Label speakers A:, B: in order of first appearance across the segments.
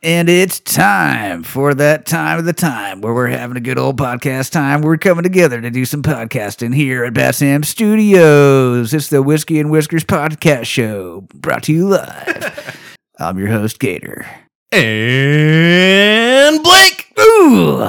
A: And it's time for that time of the time where we're having a good old podcast time. We're coming together to do some podcasting here at Bat Sam Studios. It's the Whiskey and Whiskers podcast show brought to you live. I'm your host, Gator.
B: And Blake!
A: Ooh.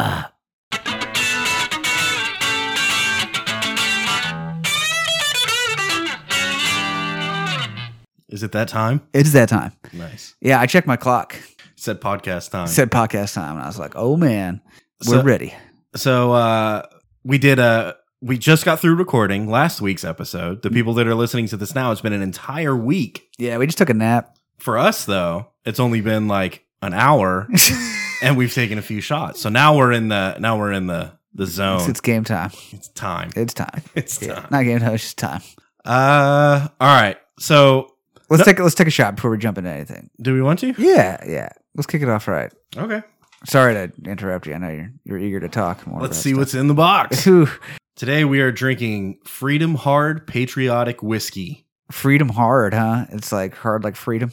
B: Is it that time?
A: It's that time.
B: Nice.
A: Yeah, I checked my clock.
B: Said podcast time.
A: It said podcast time. And I was like, oh man, we're
B: So-
A: ready.
B: So uh we did a we just got through recording last week's episode. The people that are listening to this now, it's been an entire week.
A: Yeah, we just took a nap.
B: For us though, it's only been like an hour and we've taken a few shots. So now we're in the now we're in the the
A: It's,
B: zone.
A: it's game time.
B: It's time.
A: It's time.
B: Oh. It's
A: Yeah,
B: time.
A: not game time. It's just time.
B: Uh all right. So
A: Let's
B: No-
A: take let's take a shot before we jump into anything.
B: do we want to?
A: Yeah, yeah. Let's kick it off right.
B: Okay.
A: Sorry to interrupt you. I know you're you're eager to talk more.
B: Let's
A: about
B: see
A: stuff.
B: what's in the box.
A: Ooh,
B: Today we are drinking Freedom Hard Patriotic Whiskey.
A: freedom hard, huh? It's like hard like freedom.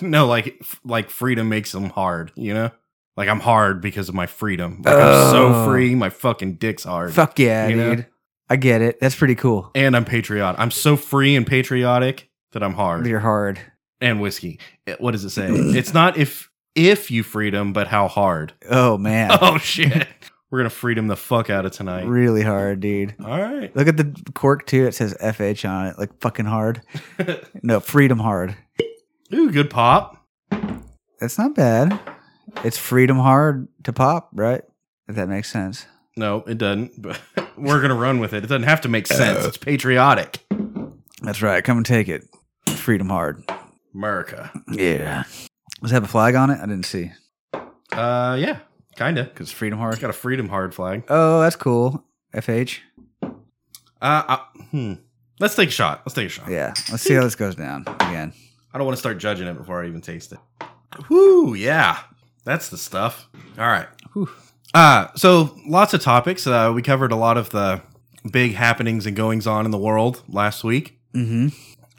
B: no, like like freedom makes them hard, you know? Like I'm hard because of my freedom. Like I'm
A: Oh.
B: so free, my fucking dick's hard.
A: Fuck yeah,
B: You know?
A: dude. I get it. That's pretty cool.
B: And I'm patriotic. I'm so free and patriotic that I'm hard.
A: You're hard.
B: And whiskey. It- What does it say? it's not if if you freedom, but how hard.
A: Oh man.
B: Oh shit. We're gonna freedom the fuck out of tonight.
A: really hard, dude.
B: All right.
A: Look at the cork too. It says FH on it. Like fucking hard. No, freedom hard.
B: Ooh, good pop.
A: That's not bad. It's freedom hard to pop, right? If that makes sense.
B: No, it doesn't. But we're gonna run with it. It doesn't have to make sense.
A: Uh.
B: It's patriotic.
A: That's right. Come and take it. Freedom hard.
B: America.
A: Yeah. Does it have a flag on it? I didn't see.
B: Uh yeah, kinda.
A: Because Freedom
B: It's
A: Hard.
B: got a freedom hard flag.
A: Oh, that's cool. FH.
B: Uh, I, hmm. Let's take a shot. Let's take a shot.
A: Yeah. Let's see how this goes down again.
B: I don't want to start judging it before I even taste it. Whoo, yeah. That's the stuff. All right.
A: Whew.
B: Uh, so lots of topics. Uh, we covered a lot of the big happenings and goings on in the world last week.
A: Mm-hmm.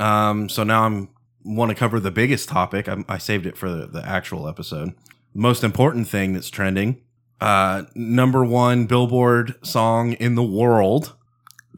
B: Um, so now I'm want to cover the biggest topic. I, I saved it for the, the actual episode. Most important thing that's trending. Uh, number one Billboard song in the world.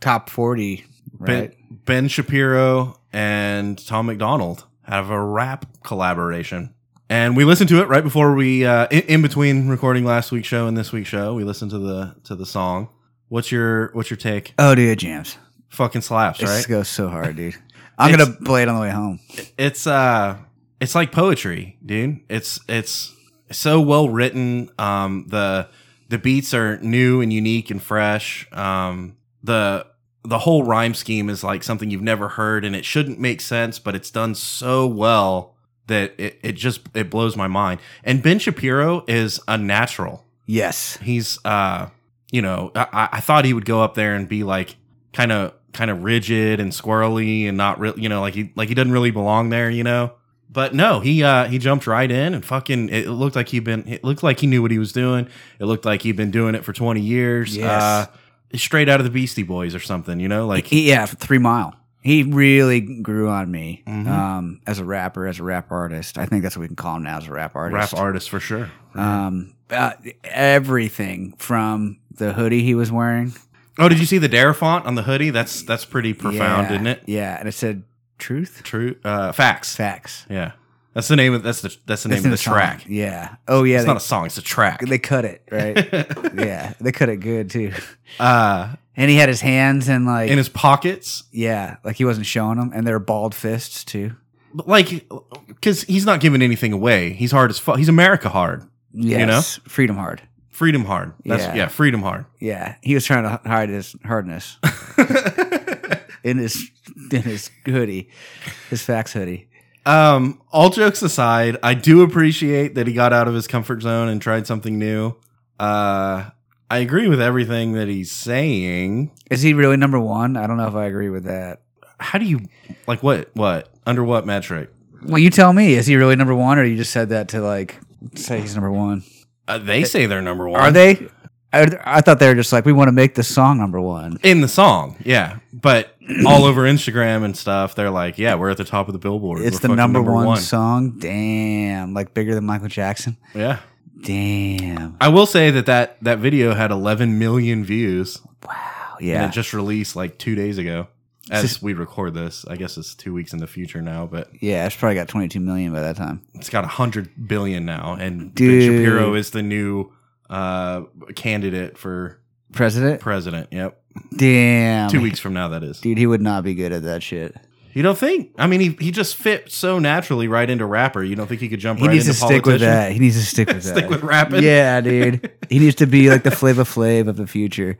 A: Top 40,
B: Ben,
A: right?
B: ben Shapiro and Tom McDonald have a rap collaboration. And we listened to it right before we, uh, in, in between recording last week's show and this week's show, we listened to the to the song. What's your what's your take?
A: Oh, dude, it jams.
B: Fucking slaps,
A: This
B: right?
A: goes so hard, dude. I'm going to play it on the way home.
B: It's uh, it's like poetry, dude. It's it's so well written. Um, the the beats are new and unique and fresh. Um, the the whole rhyme scheme is like something you've never heard, and it shouldn't make sense, but it's done so well that it, it just it blows my mind. And Ben Shapiro is a natural.
A: Yes.
B: He's uh, you know, I, I- I thought he would go up there and be like kind of kind of rigid and squirrely and not real, you know, like he like he doesn't really belong there, you know. But no, he uh he jumped right in and fucking it looked like he'd been it looked like he knew what he was doing. It looked like he'd been doing it for 20 years.
A: Yes.
B: Uh straight out of the Beastie Boys or something, you know, like
A: He, yeah, Three Mile. He really grew on me
B: Mhm.
A: um, as a rapper, as a rap artist. I think that's what we can call him now as a rap artist.
B: rap artist for sure.
A: Um, uh, everything from the hoodie he was wearing
B: Oh, did you see the Dare font on the hoodie? That's that's pretty profound,
A: Yeah.
B: isn't it?
A: Yeah, and it said truth,
B: True uh facts.
A: facts.
B: Yeah. That's the name of that's the that's
A: That's
B: the name of
A: in
B: the
A: song.
B: track.
A: Yeah. Oh yeah.
B: it's
A: They,
B: not a song it's a track
A: they cut it right. yeah, they cut it good too.
B: uh
A: And he had his hands and like
B: in his pockets
A: yeah, like he wasn't showing them, and they were bald fists too.
B: But, like because he's not giving anything away he's hard as fuck he's america hard
A: Yes.
B: know?
A: Freedom hard.
B: freedom hard that's
A: Yeah.
B: yeah, freedom hard
A: Yeah, he was trying to hide his hardness in his in his hoodie, his facts hoodie.
B: um all jokes aside i do appreciate that he got out of his comfort zone and tried something new uh i agree with everything that he's saying
A: Is he really number one? I don't know if I agree with that.
B: how do you like what what under what metric
A: Well, you tell me. Is he really number one, or you just said that to like say he's number one?
B: uh, they say they're number one
A: Are they? I, I thought they were just like we want to make this song number one.
B: in the song yeah but all over Instagram and stuff. They're like, yeah, we're at the top of the Billboard.
A: It's the
B: We're fucking
A: number, one, song. Damn, like bigger than Michael Jackson.
B: Yeah,
A: Damn.
B: I will say that that that video had 11 million views.
A: Wow.
B: And
A: Yeah.
B: it just released like two days ago. As
A: Just-
B: we record this, I guess it's two weeks in the future now, but
A: Yeah, it's probably got 22 million by that time.
B: it's got a hundred billion now, and
A: Dude.
B: Ben Shapiro is the new uh, candidate for
A: President?
B: president. Yep,
A: Damn.
B: two weeks from now, that is.
A: Dude, he would not be good at that shit.
B: You don't think? I mean, he he just fit so naturally right into rapper. You don't think he could jump
A: He
B: right
A: needs to
B: into
A: stick with
B: politician?
A: that. He needs to stick with that.
B: Stick with rapping.
A: Yeah, dude. he needs to be like the Flava Flav of the future.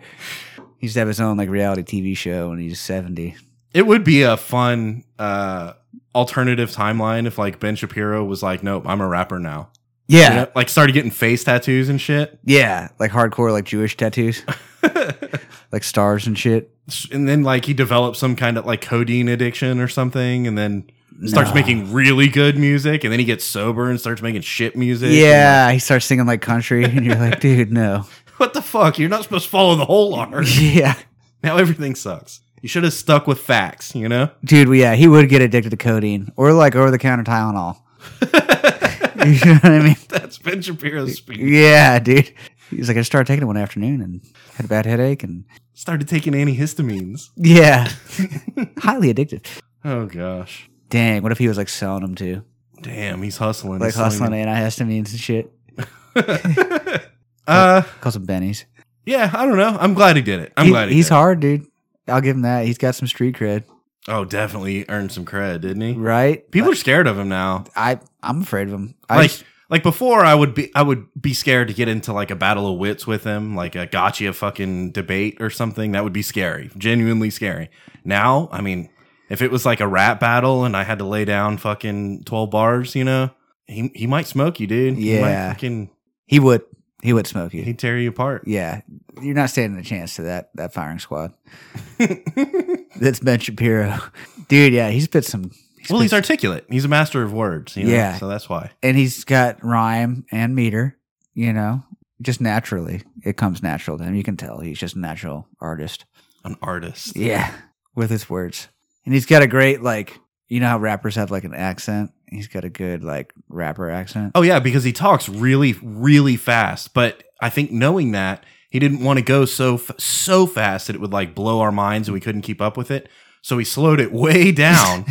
A: He used to have his own like reality TV show when he's 70.
B: It would be a fun uh, alternative timeline if like Ben Shapiro was like, "Nope, I'm a rapper now." You
A: Yeah.
B: know, like started getting face tattoos and shit.
A: Yeah. Like hardcore like Jewish tattoos, like stars and shit.
B: and then like he develops some kind of like codeine addiction or something and then starts
A: No.
B: making really good music and then he gets sober and starts making shit music.
A: Yeah, he starts singing like country and you're like, dude, no.
B: What the fuck? You're not supposed to follow the whole art.
A: Yeah.
B: now everything sucks. You should have stuck with facts, you know?
A: Dude, well, yeah, he would get addicted to codeine or like over the counter Tylenol. you know what I mean?
B: That's Ben Shapiro's speech.
A: Yeah, dude. He's like, I started taking it one afternoon and had a bad headache and
B: Started taking antihistamines.
A: yeah, highly addictive.
B: Oh gosh.
A: Dang, what if he was like selling them too?
B: Damn, he's hustling.
A: Like
B: He's selling
A: hustling antihistamines and shit.
B: it. uh
A: Calls them bennies.
B: yeah, I don't know. I'm glad he did it. I'm
A: He-
B: glad he
A: he's
B: did. it.
A: hard, dude. I'll give him that. He's got some street cred,
B: Oh, definitely earned some cred, didn't he?
A: right?
B: People are scared of him now.
A: I I'm afraid of him. I
B: like
A: just-
B: like before I would be I would be scared to get into like a battle of wits with him, like a gotcha fucking debate or something. That would be scary. Genuinely scary. Now, I mean, if it was like a rap battle and I had to lay down fucking twelve bars, you know, he he might smoke you, dude. He might
A: Yeah.
B: fucking
A: he would he would smoke you.
B: he'd tear you apart.
A: yeah, you're not standing a chance to that that firing squad. That's Ben Shapiro, dude. Yeah, he's been some.
B: well, he's articulate. He's a master of words, you know.
A: Yeah.
B: So that's why.
A: and he's got rhyme and meter. You know, just naturally, it comes natural to him. You can tell he's just a natural artist.
B: An artist.
A: Yeah, with his words, and he's got a great like. You know how rappers have like an accent. He's got a good like rapper accent.
B: Oh yeah, because he talks really, really fast. But I think knowing that he didn't want to go so f- so fast that it would like blow our minds and we couldn't keep up with it. So he slowed it way down,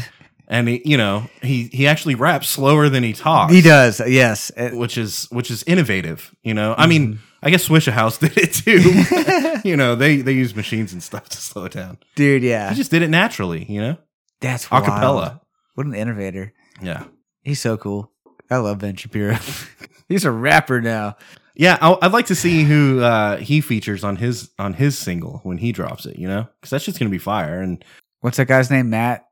B: and he, you know he he actually raps slower than he talks.
A: he does. Yes. It-
B: which is which is innovative. You know,
A: Mm-hmm.
B: I mean, I guess Swisha House did it too. you know, they they use machines and stuff to slow it down.
A: dude. Yeah.
B: He just did it naturally. You know,
A: That's
B: a
A: wild.
B: cappella.
A: What an innovator.
B: Yeah.
A: He's so cool. I love Ben Shapiro. he's a rapper now.
B: Yeah, i I'd like to see who uh, he features on his on his single when he drops it. You know, because that's just gonna be fire. And
A: What's that guy's name? Matt.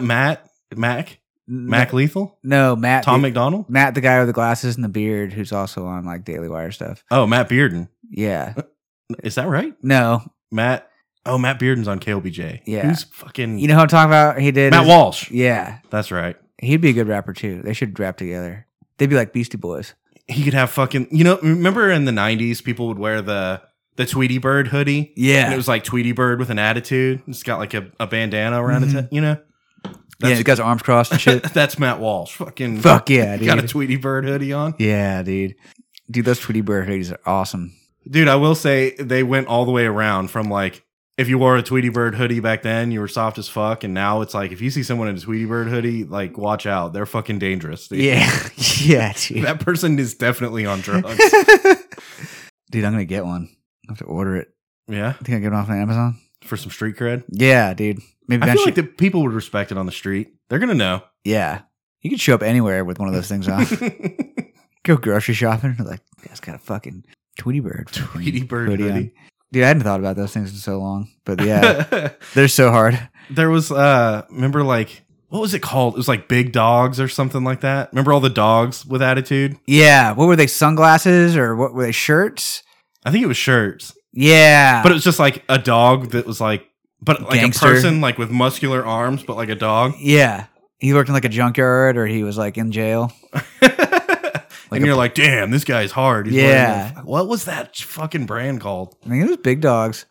B: Matt Mac Mac
A: Ma-
B: Lethal
A: No, Matt.
B: Tom
A: the-
B: McDonald.
A: Matt, the guy with the glasses and the beard, who's also on like Daily Wire stuff.
B: Oh, Matt Bearden.
A: Yeah.
B: Is that right?
A: No.
B: Matt. Oh, Matt Bearden's on KLBJ.
A: Yeah.
B: who's fucking
A: You know who I'm talking about? He did.
B: Matt
A: his-
B: Walsh.
A: Yeah.
B: That's right.
A: He'd be a good rapper too. They should rap together. They'd be like Beastie Boys.
B: He could have fucking. You know, remember in the '90s, people would wear the the Tweety Bird hoodie. And it
A: Yeah.
B: was like Tweety Bird with an attitude. It's got like a, a bandana around
A: Mhm.
B: its head. You know,
A: Yeah. He's got his arms crossed and shit.
B: that's Matt Walsh. Fucking
A: Fuck yeah, dude.
B: got a Tweety Bird hoodie on.
A: yeah, dude. Dude, those Tweety Bird hoodies are awesome.
B: Dude, I will say they went all the way around from like if you wore a Tweety Bird hoodie back then, you were soft as fuck, and now it's like if you see someone in a Tweety Bird hoodie, like watch out, they're fucking dangerous. dude.
A: Yeah. yeah, dude.
B: that person is definitely on drugs.
A: dude, I'm gonna get one. I have to order it.
B: yeah,
A: I think I get it off of Amazon.
B: for some street cred.
A: Yeah, dude. Maybe
B: I
A: Ben
B: feel like
A: should-
B: the people would respect it on the street. They're gonna know.
A: yeah. You could show up anywhere with one of those things on. Go grocery shopping. Like that's got a fucking Tweety Bird. fucking
B: Tweety Bird
A: on.
B: hoodie.
A: Dude, I hadn't thought about those things in so long. But yeah, they're so hard.
B: there was uh remember like what was it called? It was like big dogs or something like that. Remember all the dogs with attitude?
A: Yeah. What were they? Sunglasses or what were they? Shirts?
B: I think it was shirts.
A: Yeah.
B: but it was just like a dog that was like but like
A: Gangster.
B: a person like with muscular arms but like a dog
A: yeah. He worked in like a junkyard or he was like in jail.
B: and you're like damn this guy's hard He's
A: Yeah.
B: wearing a- what was that fucking brand called
A: I mean, it was big dogs.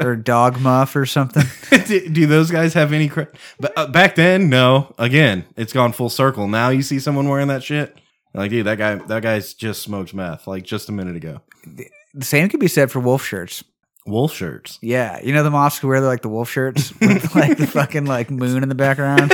A: or dog muff or something.
B: do, do those guys have any cra- but uh, back then no again it's gone full circle now you see someone wearing that shit you're like dude that guy that guy's just smoked meth like just a minute ago
A: The same could be said for wolf shirts.
B: wolf shirts
A: Yeah, you know the moths who wear the, like the wolf shirts with like the fucking like moon in the background,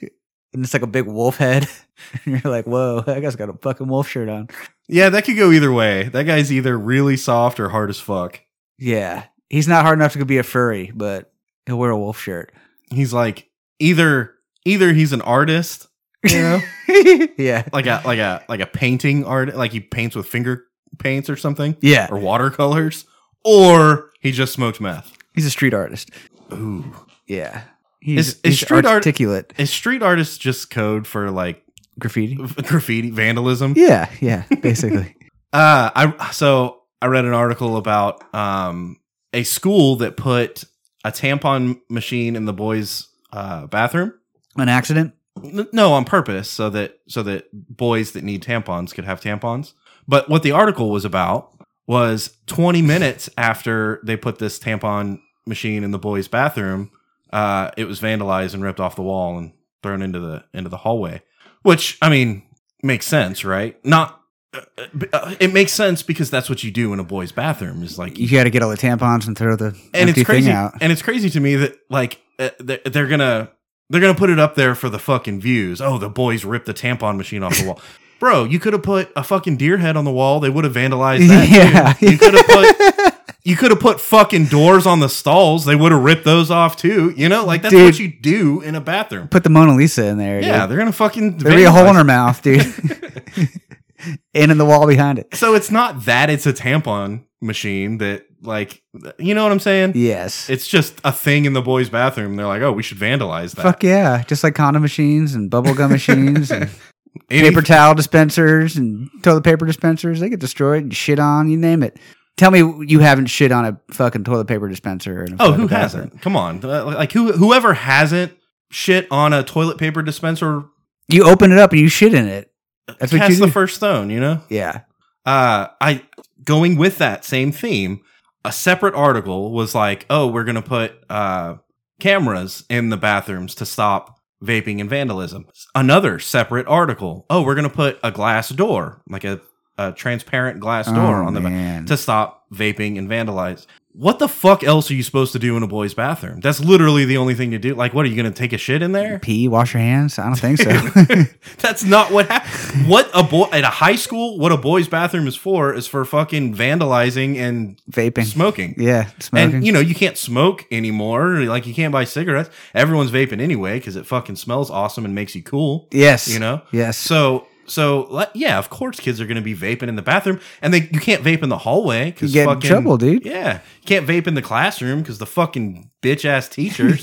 A: and it's like a big wolf head. And you're like, whoa, that guy's got a fucking wolf shirt on.
B: yeah that could go either way that guy's either really soft or hard as fuck
A: Yeah, he's not hard enough to be a furry, but he'll wear a wolf shirt.
B: he's like either either he's an artist you know
A: yeah,
B: like a like a like a painting art like he paints with finger paints or something
A: yeah,
B: or watercolors or he just smoked meth
A: he's a street artist.
B: ooh
A: Yeah, he's,
B: Is- is
A: he's
B: street art-
A: articulate
B: is street artist just code for like
A: graffiti.
B: graffiti vandalism
A: Yeah, yeah, basically.
B: uh i so i read an article about um a school that put a tampon machine in the boys uh bathroom
A: An accident.
B: N- no on purpose so that so that boys that need tampons could have tampons but what the article was about was 20 minutes after they put this tampon machine in the boys bathroom uh, it was vandalized and ripped off the wall and thrown into the into the hallway which i mean makes sense right not uh, uh, b- uh, it makes sense because that's what you do in a boys bathroom is like
A: You got to get all the tampons and throw the
B: and
A: empty
B: it's crazy
A: thing out.
B: and it's crazy to me that like uh, they're, they're gonna they're gonna put it up there for the fucking views oh the boys ripped the tampon machine off the wall bro you could have put a fucking deer head on the wall they would have vandalized that
A: Yeah.
B: too. you could have put you could have put fucking doors on the stalls they would have ripped those off too you know like that's
A: Dude.
B: what you do in a bathroom
A: Put the Mona Lisa in there.
B: yeah
A: dude.
B: they're gonna fucking
A: there'd be a hole in
B: vandalize-
A: her mouth, dude, and in the wall behind it.
B: so it's not that it's a tampon machine that like you know what i'm saying
A: Yes.
B: it's just a thing in the boys bathroom they're like oh we should vandalize that
A: Fuck yeah! Just like condom machines and bubble gum machines and
B: Any-
A: paper towel dispensers and toilet paper dispensers. They get destroyed and shit on. You name it. Tell me you haven't shit on a fucking toilet paper dispenser. in a
B: Oh,
A: fucking
B: who
A: bathroom.
B: hasn't? Come on, Uh, like who whoever hasn't shit on a toilet paper dispenser
A: You open it up and you shit in it. That's what
B: cast
A: you
B: the
A: do.
B: first stone. You know,
A: Yeah.
B: uh, I going with that same theme. A separate article was like, "Oh, we're gonna put uh, cameras in the bathrooms to stop vaping and vandalism." Another separate article, "Oh, we're gonna put a glass door, like a, a transparent glass door
A: Oh,
B: on the ba-
A: man.
B: to stop vaping and vandalize. What the fuck else are you supposed to do in a boy's bathroom? That's literally the only thing to do. Like, what are you going to take a shit in there?
A: pee, wash your hands. I don't think so.
B: That's not what happened. What a boy at a high school, what a boy's bathroom is for is for fucking vandalizing and
A: Vaping.
B: smoking.
A: Yeah, smoking.
B: And you know you can't smoke anymore. Like you can't buy cigarettes. Everyone's vaping anyway because it fucking smells awesome and makes you cool.
A: yes.
B: You know.
A: Yes.
B: So so like, yeah, of course kids are going to be vaping in the bathroom, and they you can't vape in the hallway
A: you
B: because
A: get in trouble, dude.
B: yeah, you can't vape in the classroom because the fucking bitch ass teachers.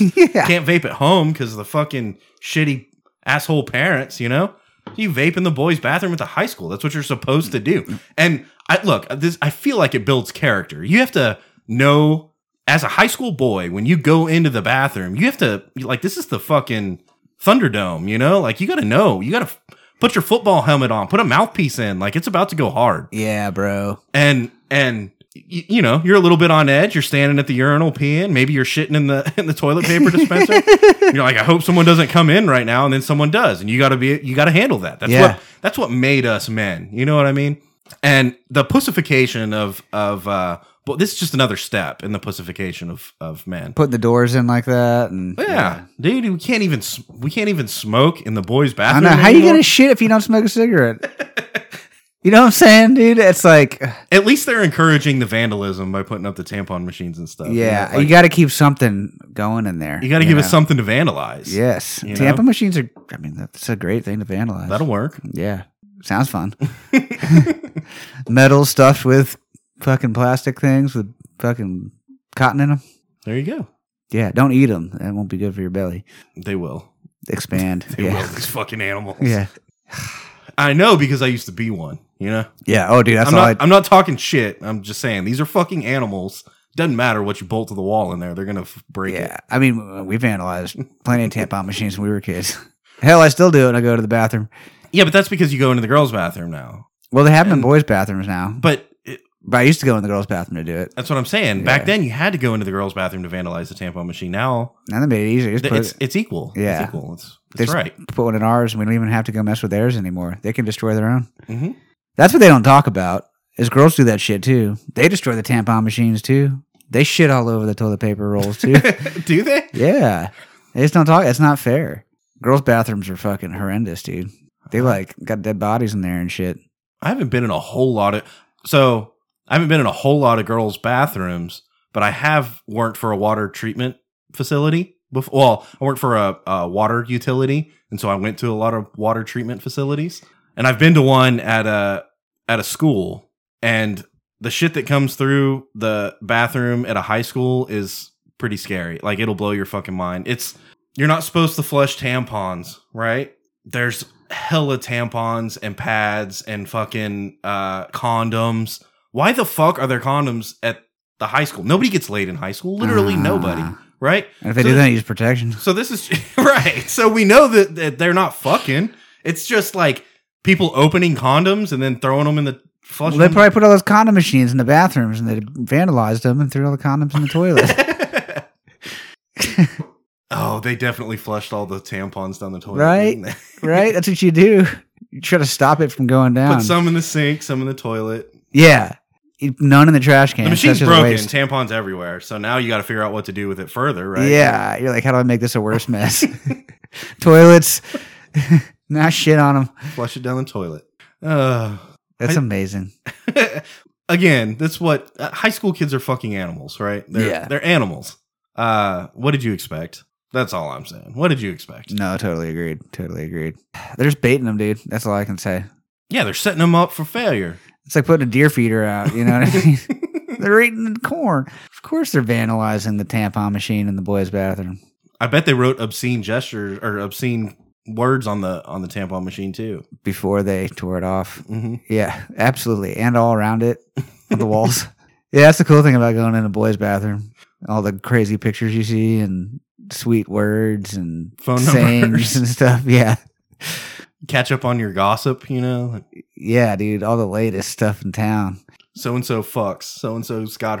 A: Yeah.
B: Can't vape at home because the fucking shitty asshole parents. You know, you vape in the boys' bathroom at the high school. That's what you're supposed to do. And I look this. I feel like it builds character. You have to know as a high school boy when you go into the bathroom. You have to like this is the fucking Thunderdome. You know, like you got to know. You got to. Put your football helmet on. Put a mouthpiece in. Like it's about to go hard
A: Yeah, bro.
B: and and y- you know you're a little bit on edge you're standing at the urinal peeing maybe you're shitting in the in the toilet paper dispenser you're like i hope someone doesn't come in right now and then someone does and you got to be you got to handle that that's
A: Yeah.
B: what that's what made us men you know what i mean and the pussification of of uh well this is just another step in the pussification of of men
A: Putting the doors in like that, and
B: yeah, dude we can't even s- we can't even smoke in the boys
A: I
B: bathroom
A: know. How you
B: anymore.
A: gonna shit if you don't smoke a cigarette? you know what I'm saying, dude? It's like,
B: at least they're encouraging the vandalism by putting up the tampon machines and stuff
A: yeah,
B: you, know, like,
A: you got to keep something going in there.
B: you got to give
A: know?
B: us something to vandalize
A: Yes,
B: you
A: Tampa
B: know?
A: machines are. I mean, that's a great thing to vandalize.
B: That'll work.
A: yeah, sounds fun. Metal stuffed with fucking plastic things with fucking cotton in them.
B: There you go.
A: Yeah, don't eat them. That won't be good for your belly.
B: They will.
A: Expand.
B: They
A: yeah,
B: will. These fucking animals.
A: yeah,
B: I know because I used to be one. You know.
A: yeah. Oh, dude, that's
B: I'm
A: all.
B: not.
A: I,
B: I, am not talking shit. I'm just saying these are fucking animals. Doesn't matter what you bolt to the wall in there. They're gonna f- break it.
A: yeah, I mean, we vandalized plenty of tampon machines when we were kids. Hell, I still do it. when I go to the bathroom.
B: Yeah, but that's because you go into the girls' bathroom now.
A: Well, they have them in
B: And-
A: boys' bathrooms now.
B: But it,
A: But I used to go in the girls' bathroom to do it.
B: That's what I'm saying. Back
A: Yeah.
B: then, you had to go into the girls' bathroom to vandalize the tampon machine. Now
A: Now they made it easier. Just
B: th-
A: put,
B: it's it's equal.
A: Yeah.
B: it's equal. It's,
A: they
B: it's
A: just
B: right.
A: put one in ours, and we don't even have to go mess with theirs anymore. They can destroy their own.
B: hmm
A: That's what they don't talk about. Is girls do that shit too? They destroy the tampon machines too. They shit all over the toilet paper rolls too.
B: Do they?
A: yeah, they just don't talk. It's not fair. Girls' bathrooms are fucking horrendous, dude. They
B: Uh-huh.
A: like got dead bodies in there and shit.
B: I haven't been in a whole lot of so I haven't been in a whole lot of girls' bathrooms, but I have worked for a water treatment facility. Before, well, I worked for a, a water utility, and so I went to a lot of water treatment facilities, and I've been to one at a at a school, and the shit that comes through the bathroom at a high school is pretty scary. Like it'll blow your fucking mind. It's you're not supposed to flush tampons, right? there's hella tampons and pads and fucking uh, condoms. Why the fuck are there condoms at the high school? Nobody gets laid in high school. Literally
A: Ah.
B: nobody, right?
A: And if they
B: So
A: do
B: th-
A: that, use protection.
B: So this is right. So we know that, that they're not fucking. It's just like people opening condoms and then throwing them in the
A: Well,
B: flushing.
A: they
B: them.
A: probably put all those condom machines in the bathrooms and they vandalized them and threw all the condoms in the toilet.
B: oh, they definitely flushed all the tampons down the toilet,
A: Right?
B: didn't they?
A: right? That's what you do. You try to stop it from going down.
B: Put some in the sink, some in the toilet.
A: yeah. You- None in the trash can.
B: The machine's
A: That's just a
B: broken,
A: waste.
B: tampons everywhere. So now you got to figure out what to do with it further, right?
A: Yeah. You're like, how do I make this a worse mess? Toilets. nah, shit on them.
B: Flush it down the toilet. Uh,
A: That's
B: I-
A: amazing.
B: again, that's what uh, high school kids are fucking animals, right? They're,
A: Yeah.
B: They're animals. Uh, what did you expect? That's all I'm saying. What did you expect?
A: No, totally agreed. Totally agreed. They're just baiting them, dude. That's all I can say.
B: Yeah, they're setting them up for failure.
A: It's like putting a deer feeder out. You know what I mean? they're eating the corn. Of course, they're vandalizing the tampon machine in the boys' bathroom.
B: I bet they wrote obscene gestures or obscene words on the on the tampon machine too.
A: before they tore it off.
B: hmm
A: Yeah, absolutely. And all around it on the walls. Yeah, that's the cool thing about going in a boys' bathroom. All the crazy pictures you see and sweet words and
B: Phone
A: sayings
B: numbers.
A: and stuff. Yeah.
B: Catch up on your gossip, you know.
A: Yeah, dude, all the latest stuff in town.
B: So and so fucks. So and so's got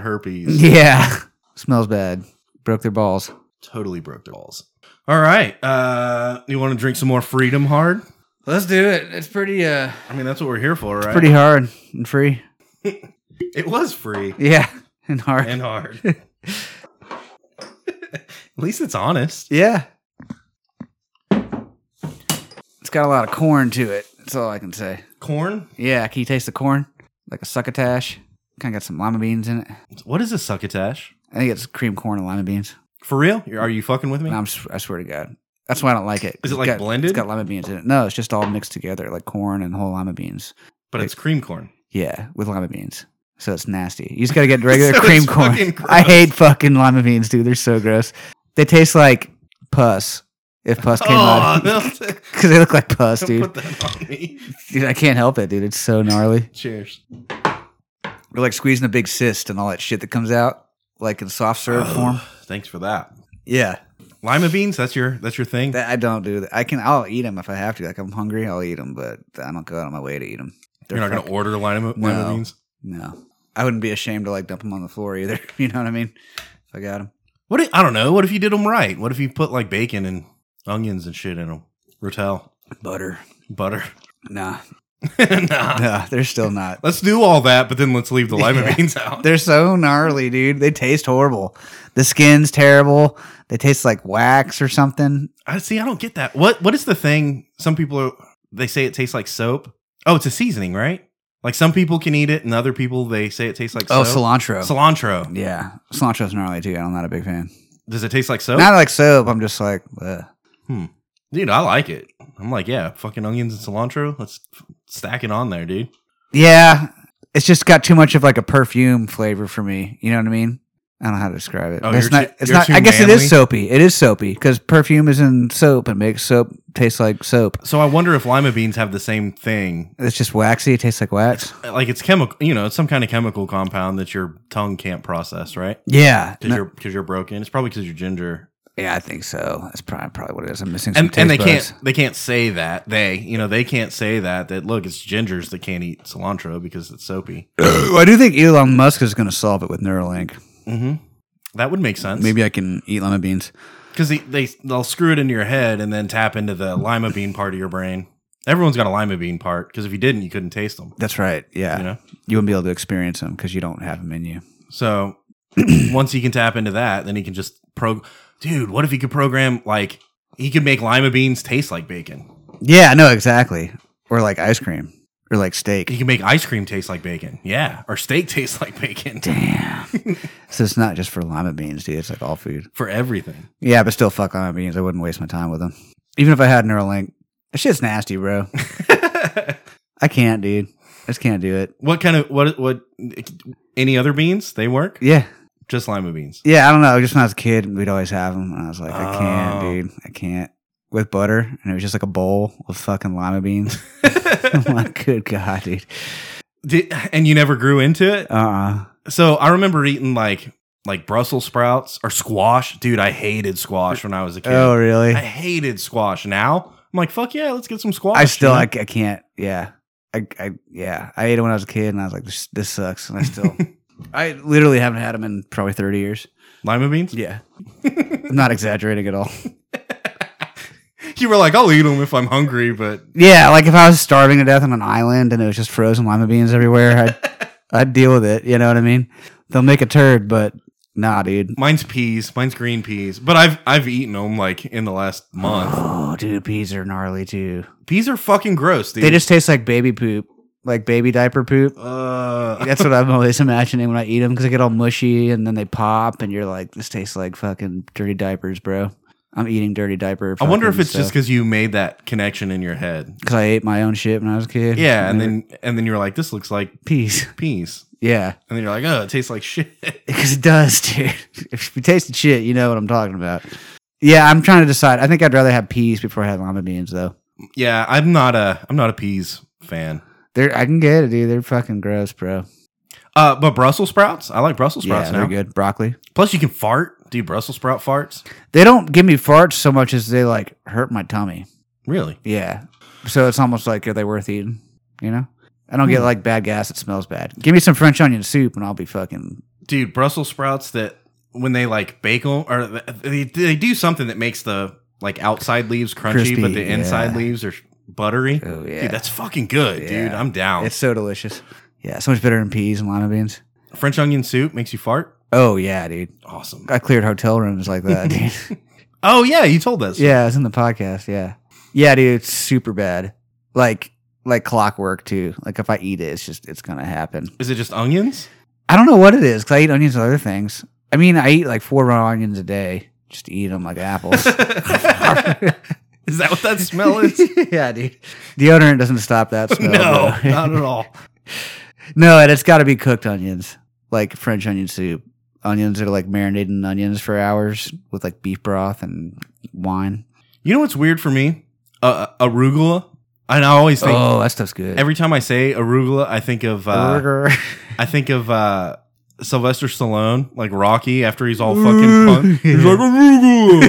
B: herpes.
A: Yeah. Smells bad. Broke their balls.
B: totally broke their balls. All right. Uh you want to drink some more freedom hard?
A: Let's do it. It's pretty uh
B: I mean, that's what we're here for, right?
A: pretty hard and free.
B: it was free
A: Yeah. And hard.
B: and hard. At least it's honest.
A: yeah. It's got a lot of corn to it. That's all I can say.
B: Corn?
A: Yeah, can you taste the corn? Like a succotash. Kind of got some lima beans in it.
B: What is a succotash?
A: I think it's cream corn and lima beans.
B: For real? You're- Are you fucking with me?
A: No, I'm, s- I swear to God. That's why I don't like it.
B: Is it
A: It's
B: like
A: got-
B: blended?
A: It's got lima beans in it. No, it's just all mixed together, like corn and whole lima beans.
B: but it's cream corn.
A: Yeah, with lima beans. So it's nasty. You just got to get regular
B: So
A: cream
B: it's
A: corn.
B: fucking gross.
A: I hate fucking lima beans, dude. They're so gross. They taste like pus. If pus came
B: Oh,
A: out.
B: don't,
A: Because they look like pus,
B: don't
A: dude.
B: put that on me.
A: dude. I can't help it, dude. It's so gnarly.
B: Cheers.
A: We're like squeezing a big cyst and all that shit that comes out, like in soft serve form.
B: Oh, Thanks for that.
A: Yeah,
B: Lima beans, that's your that's your thing.
A: that, I don't do that. I can, I'll eat them if I have to. Like I'm hungry, I'll eat them, but I don't go out of my way to eat them.
B: You're not going to order lima, lima
A: No.
B: beans?
A: No, I wouldn't be ashamed to like dump them on the floor either. You know what I mean? If I got them,
B: What if, I don't know. What if you did them right? What if you put like bacon and onions and shit in them? Rotel,
A: butter.
B: butter.
A: Nah,
B: nah.
A: nah, they're still not.
B: Let's do all that, but then let's leave the lima
A: Yeah.
B: beans out.
A: They're so gnarly, dude. They taste horrible. The skin's terrible. They taste like wax or something.
B: I see. I don't get that. What What is the thing? Some people are. They say it tastes like soap. Oh, it's a seasoning, right? Like some people can eat it, and other people they say it tastes like
A: Oh,
B: soap.
A: cilantro.
B: cilantro.
A: yeah, cilantro's gnarly too. I'm not a big fan.
B: Does it taste like soap?
A: Not like soap. I'm just like, ugh.
B: dude, I like it. I'm like, yeah, fucking onions and cilantro. Let's f- stack it on there, dude.
A: Yeah, it's just got too much of like a perfume flavor for me. You know what I mean? I don't know how to describe it.
B: Oh,
A: But it's
B: you're
A: not.
B: too-
A: it's
B: you're
A: not.
B: too
A: I guess it
B: manly?
A: is soapy. It is soapy because perfume is in soap and makes soap taste like soap.
B: So I wonder if lima beans have the same thing
A: It's just waxy. It tastes like wax.
B: like it's chemical you know it's some kind of chemical compound that your tongue can't process right
A: Yeah.
B: because you're because you're broken it's probably because you're ginger
A: Yeah, I think so. That's probably probably what it is. I'm missing some
B: and, and they
A: taste buds.
B: can't they can't say that they you know they can't say that that look it's gingers that can't eat cilantro because it's soapy.
A: I do think Elon Musk is going to solve it with Neuralink.
B: hmm That would make sense.
A: Mm-hmm. Maybe I can eat lima beans.
B: because they, they they'll screw it into your head and then tap into the lima bean part of your brain. Everyone's got a lima bean part because if you didn't, you couldn't taste them.
A: That's right. Yeah,
B: You know.
A: you wouldn't be able to experience them because you don't have them in you.
B: So once he can tap into that, then he can just pro. Dude, what if he could program like he could make lima beans taste like bacon?
A: Yeah, no, exactly. Or like ice cream, or like
B: He
A: steak.
B: can make ice cream taste like bacon. Yeah, or steak taste like bacon
A: Damn. so it's not just for lima beans, dude. It's like all food.
B: for everything.
A: Yeah, but still, fuck lima beans. I wouldn't waste my time with them. Even if I had Neuralink, that shit's nasty, bro. I can't, dude. I just can't do it.
B: what kind of what what any other beans? They work?
A: Yeah,
B: Just lima beans.
A: yeah. I don't know. Just when I was a kid, we'd always have them, and I was like, I can't,
B: Oh.
A: dude. I can't. With butter, and it was just like a bowl of fucking lima beans. I'm like, good god, dude.
B: Did, and you never grew into it?
A: Uh, uh
B: So I remember eating like like Brussels sprouts or squash. Dude, I hated squash when I was a kid.
A: Oh, really?
B: I hated squash. Now I'm like, fuck yeah, let's get some squash.
A: I still,
B: you know?
A: I, I can't. Yeah, I, I, yeah, I ate it when I was a kid, and I was like, this, this sucks, and I still, I literally haven't had them in probably thirty years.
B: lima beans.
A: Yeah, I'm not exaggerating at all.
B: You were like, I'll eat them if I'm hungry, but
A: Yeah, like if I was starving to death on an island and it was just frozen lima beans everywhere, I'd, I'd deal with it. You know what I mean? They'll make a turd, but nah, dude.
B: mine's peas. Mine's green peas. But I've I've eaten them like in the last month.
A: Oh, dude, peas are gnarly too.
B: Peas are fucking gross, dude.
A: They just taste like baby poop, like baby diaper poop.
B: uh,
A: That's what I'm always imagining when I eat them because they get all mushy and then they pop, and you're like, this tastes like fucking dirty diapers, bro. I'm eating dirty diaper.
B: I wonder if it's just because you made that connection in your head.
A: because I ate my own shit when I was a kid.
B: Yeah, and then and then you're like, this looks like
A: peas.
B: peas,
A: Yeah,
B: and then you're like, oh, it tastes like shit.
A: because it does, dude. if you tasted shit, you know what I'm talking about. Yeah, I'm trying to decide. I think I'd rather have peas before I had lima beans, though.
B: Yeah, I'm not a I'm not a peas fan.
A: They're I can get it, dude. They're fucking gross, bro.
B: Uh, but Brussels sprouts, I like Brussels
A: Yeah,
B: sprouts
A: they're
B: now.
A: good. Broccoli.
B: Plus, you can fart. Do Brussels sprout farts?
A: They don't give me farts so much as they like hurt my tummy.
B: Really?
A: Yeah. So it's almost like are they worth eating? You know? I don't get like bad gas that smells bad. Give me some French onion soup and I'll be fucking
B: Dude, Brussels sprouts that when they like bake them or they, they do something that makes the like outside leaves crunchy,
A: Crispy,
B: but the inside
A: yeah.
B: leaves are buttery.
A: Oh, yeah.
B: Dude, that's fucking good, dude.
A: Yeah.
B: I'm down.
A: It's so delicious. Yeah, so much better than peas and lima beans.
B: French onion soup makes you fart.
A: Oh yeah, dude.
B: Awesome.
A: I cleared hotel rooms like that, dude.
B: Oh yeah, you told us.
A: yeah, it's in the podcast, yeah. Yeah, dude, it's super bad. Like like clockwork too. Like if I eat it, it's just it's gonna happen.
B: Is it just onions?
A: I don't know what it is because I eat onions and other things. I mean, I eat like four raw onions a day. Just eat them like apples.
B: is that what that smell is?
A: yeah, dude. Deodorant doesn't stop that smell.
B: no,
A: though.
B: not at all.
A: no, and it's got to be cooked onions, like French onion soup. Onions that are like marinated in onions for hours with like beef broth and wine.
B: You know what's weird for me? Uh, arugula. And I always think
A: Oh, that stuff's good.
B: every time I say arugula, I think of uh,
A: Burger.
B: I think of uh, Sylvester Stallone, like Rocky, after he's all fucking pumped. He's like arugula,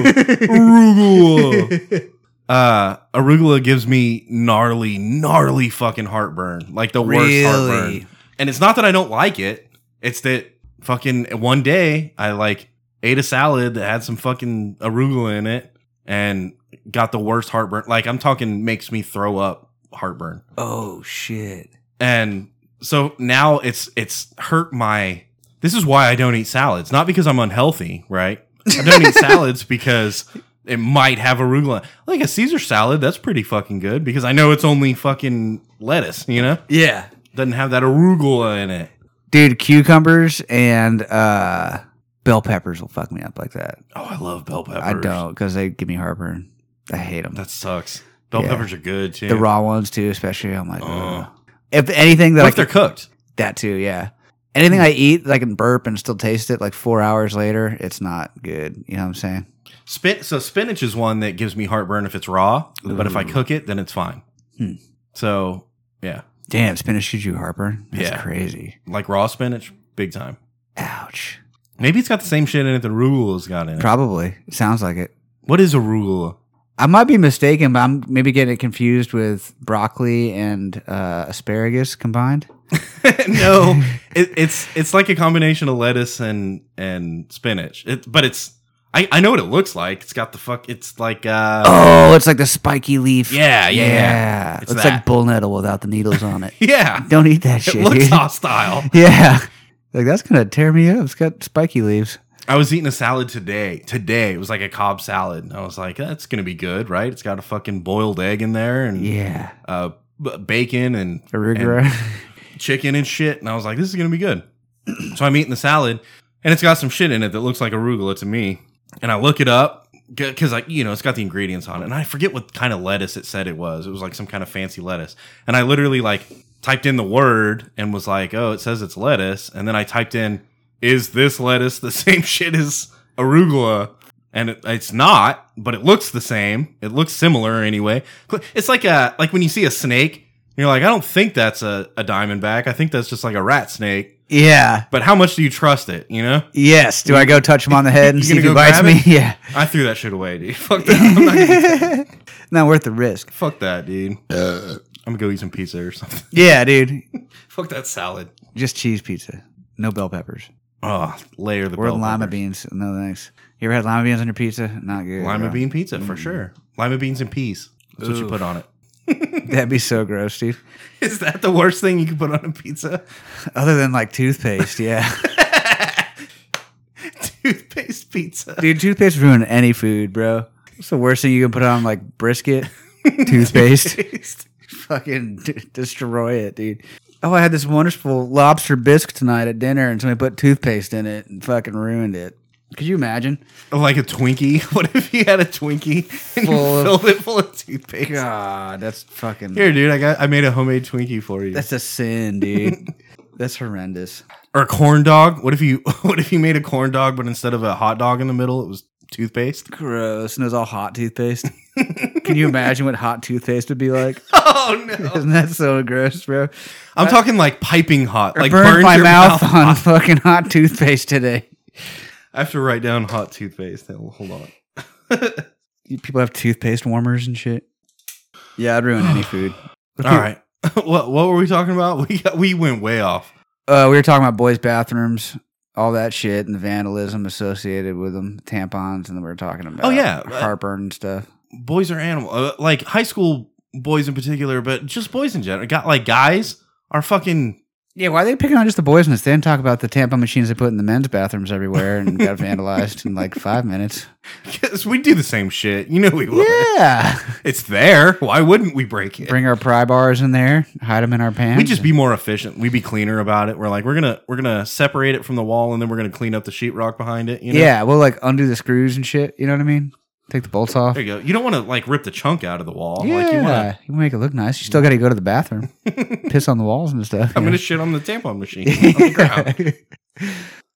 B: arugula. Uh, arugula gives me gnarly, gnarly fucking heartburn, like the worst
A: Really?
B: heartburn. And it's not that I don't like it; it's that fucking one day I like ate a salad that had some fucking arugula in it and got the worst heartburn. Like I'm talking, makes me throw up heartburn
A: oh shit.
B: and so now it's it's hurt my this is why i don't eat salads not because i'm unhealthy right i don't eat salads because it might have arugula like a caesar salad that's pretty fucking good because i know it's only fucking lettuce you know
A: Yeah,
B: doesn't have that arugula in it
A: dude. Cucumbers and uh, bell peppers will fuck me up like that.
B: oh i love bell peppers
A: I don't because they give me heartburn. I hate them.
B: that sucks bell
A: Yeah.
B: peppers are good too
A: The raw ones too, especially. I'm like,
B: Uh.
A: ugh. if anything that
B: what
A: I
B: if
A: could-
B: they're Hmm. cooked
A: That too, yeah. Anything I eat that I can burp and still taste it like four hours later, it's not good. You know what I'm saying?
B: Spin- so spinach is one that gives me heartburn if it's raw but if i
A: Ooh.
B: cook it then it's fine
A: Hmm.
B: so yeah
A: Damn, spinach should you, Harper. That's
B: Yeah.
A: crazy.
B: like raw spinach big time
A: Ouch.
B: Maybe it's got the same shit in it that rules got in it.
A: Probably. Sounds like it.
B: What is a rule?
A: I might be mistaken, but I'm maybe getting it confused with broccoli and uh, asparagus combined.
B: no, it, it's it's like a combination of lettuce and and spinach. It, but it's I, I know what it looks like. It's got the fuck. It's like uh
A: Oh, it's like the spiky leaf.
B: yeah yeah yeah
A: It's,
B: It's
A: like
B: that.
A: bull nettle without the needles on it.
B: yeah.
A: Don't eat that
B: It
A: shit.
B: looks
A: dude.
B: hostile.
A: Yeah. Like that's gonna tear me up. It's got spiky leaves.
B: I was eating a salad today. Today it was like a cob salad. And I was like, that's gonna be good, right? It's got a fucking boiled egg in there and
A: Yeah.
B: uh b- bacon and
A: Arugula.
B: chicken and shit. And I was like, this is gonna be good. so I'm eating the salad, and it's got some shit in it that looks like arugula to me. And I look it up because like you know it's got the ingredients on it, and I forget what kind of lettuce it said it was. It was like some kind of fancy lettuce. And I literally like typed in the word and was like, oh, it says it's lettuce. And then I typed in, is this lettuce the same shit as arugula? And it, it's not, but it looks the same. It looks similar anyway. Cl- It's like a like when you see a snake, you're like, I don't think that's a, a diamondback. I think that's just like a rat snake.
A: yeah.
B: But how much do you trust it? You know?
A: Yes. Do I go touch him on the head and
B: You
A: see if
B: gonna
A: he
B: go
A: bites
B: grab
A: me?
B: it?
A: Yeah.
B: I threw that shit away, dude. Fuck that. I'm not gonna,
A: Not worth the risk.
B: fuck that, dude. I'm gonna go eat some pizza or something.
A: Yeah, dude.
B: Uh. fuck that salad.
A: Just cheese pizza. No bell peppers.
B: Oh, layer the
A: Or
B: bell
A: lima
B: pepper.
A: beans. No thanks. You ever had lima beans on your pizza? Not good.
B: Lima
A: bro.
B: bean pizza for sure. Lima beans and peas. That's what you put on it.
A: That'd be so gross, dude.
B: Is that the worst thing you can put on a pizza?
A: Other than like toothpaste, yeah.
B: Toothpaste pizza.
A: dude, toothpaste ruin any food, bro. What's the worst thing you can put on like brisket? toothpaste.
B: Toothpaste.
A: fucking d- destroy it, dude. Oh, I had this wonderful lobster bisque tonight at dinner, and somebody put toothpaste in it and fucking ruined it. Could you imagine?
B: Like a Twinkie. What if you had a Twinkie and
A: Full
B: you
A: of-
B: filled it full of toothpaste?
A: God, that's fucking.
B: Here, dude, I got I made a homemade Twinkie for you.
A: That's a sin, dude. that's horrendous.
B: or a corn dog. What if you what if you made a corn dog, but instead of a hot dog in the middle, it was toothpaste?
A: Gross. And it was all hot toothpaste. Can you imagine what hot toothpaste would be like?
B: Oh no!
A: Isn't that so gross, bro?
B: I'm talking like piping hot, like
A: Burned
B: burns
A: my
B: your
A: mouth, on fucking hot toothpaste today.
B: I have to write down hot toothpaste. Now, Hold on.
A: People have toothpaste warmers and shit. Yeah, I'd ruin any food.
B: All right. what what were we talking about? We got, we went way off.
A: Uh, we were talking about boys' bathrooms, all that shit, and the vandalism associated with them, tampons, and then we were talking about
B: Oh, yeah.
A: heartburn and stuff.
B: Boys are animal, uh, like high school boys in particular, but just boys in general. Got like guys are fucking
A: Yeah, why are they picking on just the boys' and Then talk about the tampon machines they put in the men's bathrooms everywhere and got vandalized in like five minutes.
B: because we do the same shit. You know we would.
A: Yeah,
B: It's there. Why wouldn't we break it?
A: bring our pry bars in there, hide them in our pants.
B: we just be more efficient. We be cleaner about it. We're like, we're gonna we're gonna separate it from the wall, and then we're gonna clean up the sheetrock behind it. You know?
A: yeah, we'll like undo the screws and shit. You know what I mean? Take the bolts off.
B: There you go. You don't want to like rip the chunk out of the wall.
A: yeah,
B: Like you want to.
A: you make it look nice. You still got to go to the bathroom, piss on the walls and stuff.
B: I'm gonna shit on the tampon machine. on the ground.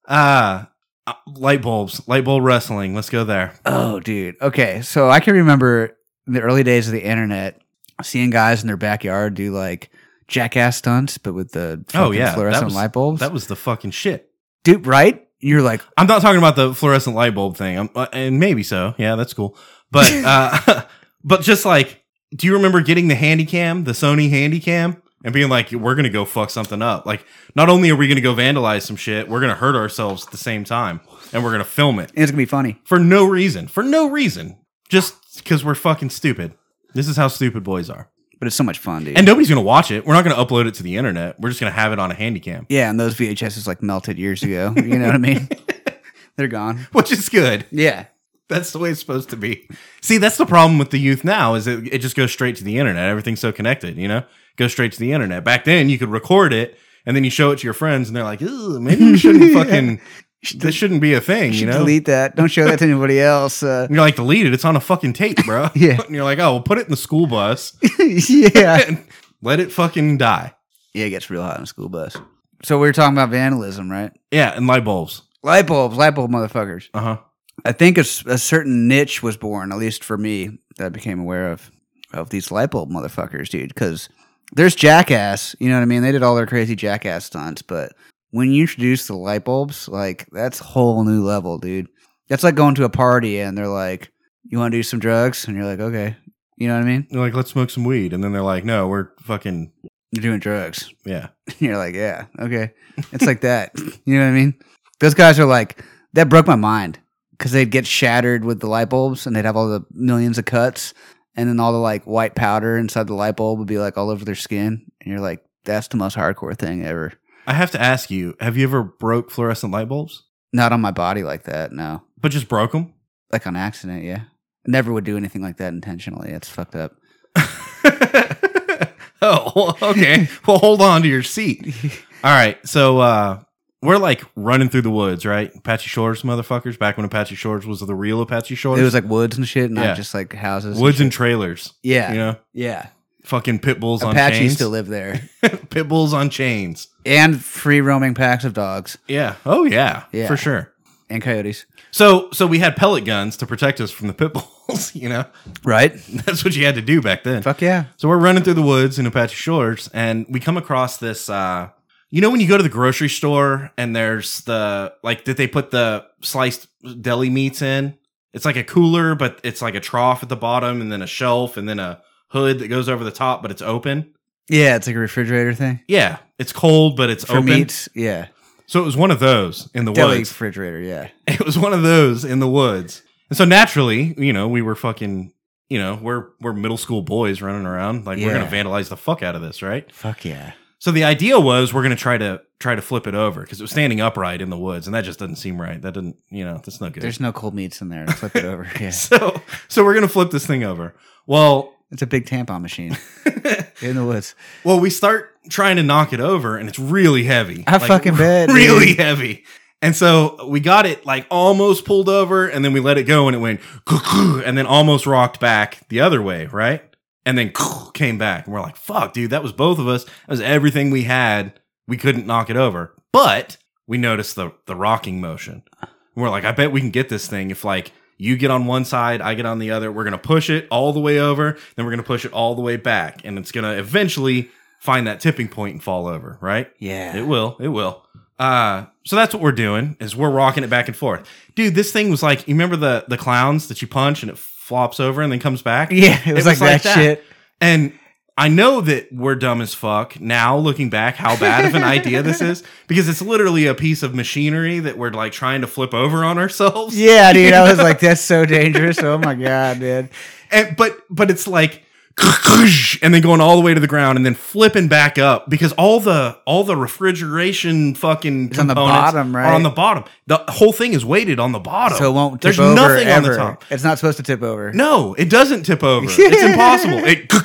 B: Ah, uh, light bulbs, light bulb wrestling. Let's go there.
A: Oh, dude. Okay. So I can remember in the early days of the internet seeing guys in their backyard do like jackass stunts, but with the
B: Oh,
A: fucking
B: yeah, that
A: fluorescent
B: was-
A: light bulbs.
B: That was the fucking shit.
A: dude, right? You're like,
B: I'm not talking about the fluorescent light bulb thing. I'm, uh, and maybe so. Yeah, that's cool. But uh, but just like, do you remember getting the Handycam, the Sony Handycam, and being like, we're gonna go fuck something up? Like, not only are we gonna go vandalize some shit, we're gonna hurt ourselves at the same time, and we're gonna film it
A: it's going to be funny.
B: for no reason, for no reason, just because we're fucking stupid. This is how stupid boys are.
A: But it's so much fun, dude.
B: And nobody's gonna watch it. We're not gonna upload it to the internet. We're just gonna have it on a Handycam,
A: yeah. And those VHSs like melted years ago. You know what I mean? They're gone.
B: which is good.
A: Yeah.
B: That's the way it's supposed to be. See, that's the problem with the youth now is it, it just goes straight to the internet. Everything's so connected, you know? Goes straight to the internet. Back then, you could record it and then you show it to your friends and they're like, "Ooh, maybe we shouldn't fucking, this shouldn't be a
A: You
B: thing, you
A: should
B: know?
A: delete that. Don't show that to anybody else. Uh,
B: And you're like, delete it. It's on a fucking tape, bro.
A: Yeah.
B: And you're like, oh, well, put it in the school bus
A: yeah.
B: and let it fucking die.
A: Yeah. It gets real hot on a school bus. So we were talking about vandalism, right?
B: Yeah. And light bulbs.
A: Light bulbs, light bulb motherfuckers.
B: Uh huh.
A: I think a, s- a certain niche was born, at least for me, that I became aware of of these light bulb motherfuckers, dude. Because there's jackass, you know what I mean? They did all their crazy jackass stunts, but when you introduce the light bulbs, like that's whole new level, dude. That's like going to a party and they're like, "You want to do some drugs?" and you're like, "Okay." You know what I mean?
B: They're like, let's smoke some weed. And then they're like, no, we're fucking,
A: You're doing drugs.
B: yeah.
A: You're like, yeah, okay. It's like that. You know what I mean? Those guys are like, that broke my mind because they'd get shattered with the light bulbs and they'd have all the millions of cuts. And then all the like white powder inside the light bulb would be like all over their skin. And you're like, that's the most hardcore thing ever.
B: I have to ask you, have you ever broke fluorescent light bulbs?
A: Not on my body like that, no.
B: But just broke them?
A: Like on accident, yeah. Never would do anything like that intentionally. It's fucked up.
B: oh, well, okay. well, hold on to your seat. All right. So uh, we're like running through the woods, right? Apache Shores motherfuckers, back when Apache Shores was the real Apache Shores.
A: It was like woods and shit, not
B: Yeah.
A: just like houses.
B: woods
A: and,
B: and trailers.
A: shit. yeah,
B: You know,
A: yeah.
B: fucking pit bulls on
A: Apaches
B: chains.
A: still live there,
B: pit bulls on chains.
A: and free roaming packs of dogs
B: Yeah. Oh, yeah.
A: Yeah.
B: For sure.
A: and coyotes.
B: So, so we had pellet guns to protect us from the pit bulls. You know,
A: Right?
B: that's what you had to do back then.
A: Fuck yeah.
B: So we're running through the woods in Apache Shores, and we come across this. Uh, you know, when you go to the grocery store and there's the like that they put the sliced deli meats in. It's like a cooler, but it's like a trough at the bottom, and then a shelf, and then a hood that goes over the top, but it's open.
A: Yeah, it's like a refrigerator thing
B: Yeah, it's cold, but it's
A: for
B: open.
A: meats. Yeah,
B: So it was one of those in the
A: deli
B: woods.
A: refrigerator. Yeah,
B: It was one of those in the woods. And so naturally, you know, we were fucking, you know, we're we're middle school boys running around like we're
A: Yeah.
B: gonna vandalize the fuck out of this, right?
A: fuck yeah.
B: So the idea was we're going to try to try to flip it over because it was standing upright in the woods, and that just doesn't seem right. That doesn't, you know, that's not good.
A: There's no cold meats in there. Flip it over. Yeah,
B: so so we're going to flip this thing over. Well,
A: it's a big tampon machine in the woods.
B: well, we start trying to knock it over, and it's really heavy.
A: I fucking bet, dude.
B: really heavy. And so we got it like almost pulled over, and then we let it go, and it went cuckoo, and then almost rocked back the other way, right? And then cuckoo came back, and we're like, "Fuck, dude, that was both of us. That was everything we had. We couldn't knock it over, but we noticed the the rocking motion. And we're like, I bet we can get this thing if like." You get on one side, I get on the other. We're gonna push it all the way over, then we're gonna push it all the way back, and it's gonna eventually find that tipping point and fall over, right? It
A: Yeah,
B: will. It will. Uh, so that's what we're doing is we're rocking it back and forth, dude. This thing was like you remember the the clowns that you punch and it flops over and then comes back.
A: yeah. It was, like, that, shit.
B: And I know that we're dumb as fuck now, looking back, how bad of an idea this is because it's literally a piece of machinery that we're like trying to flip over on ourselves.
A: Yeah, dude. I was like, that's so dangerous. Oh my god, dude.
B: And, but but it's like and then going all the way to the ground and then flipping back up because all the all the refrigeration fucking
A: on the
B: components
A: bottom,
B: are
A: right?
B: on the bottom. The whole thing is weighted on the bottom,
A: So it won't tip
B: Oh, There's
A: over
B: nothing
A: ever.
B: on the top.
A: It's not supposed to tip over.
B: No, it doesn't tip over. it's impossible. It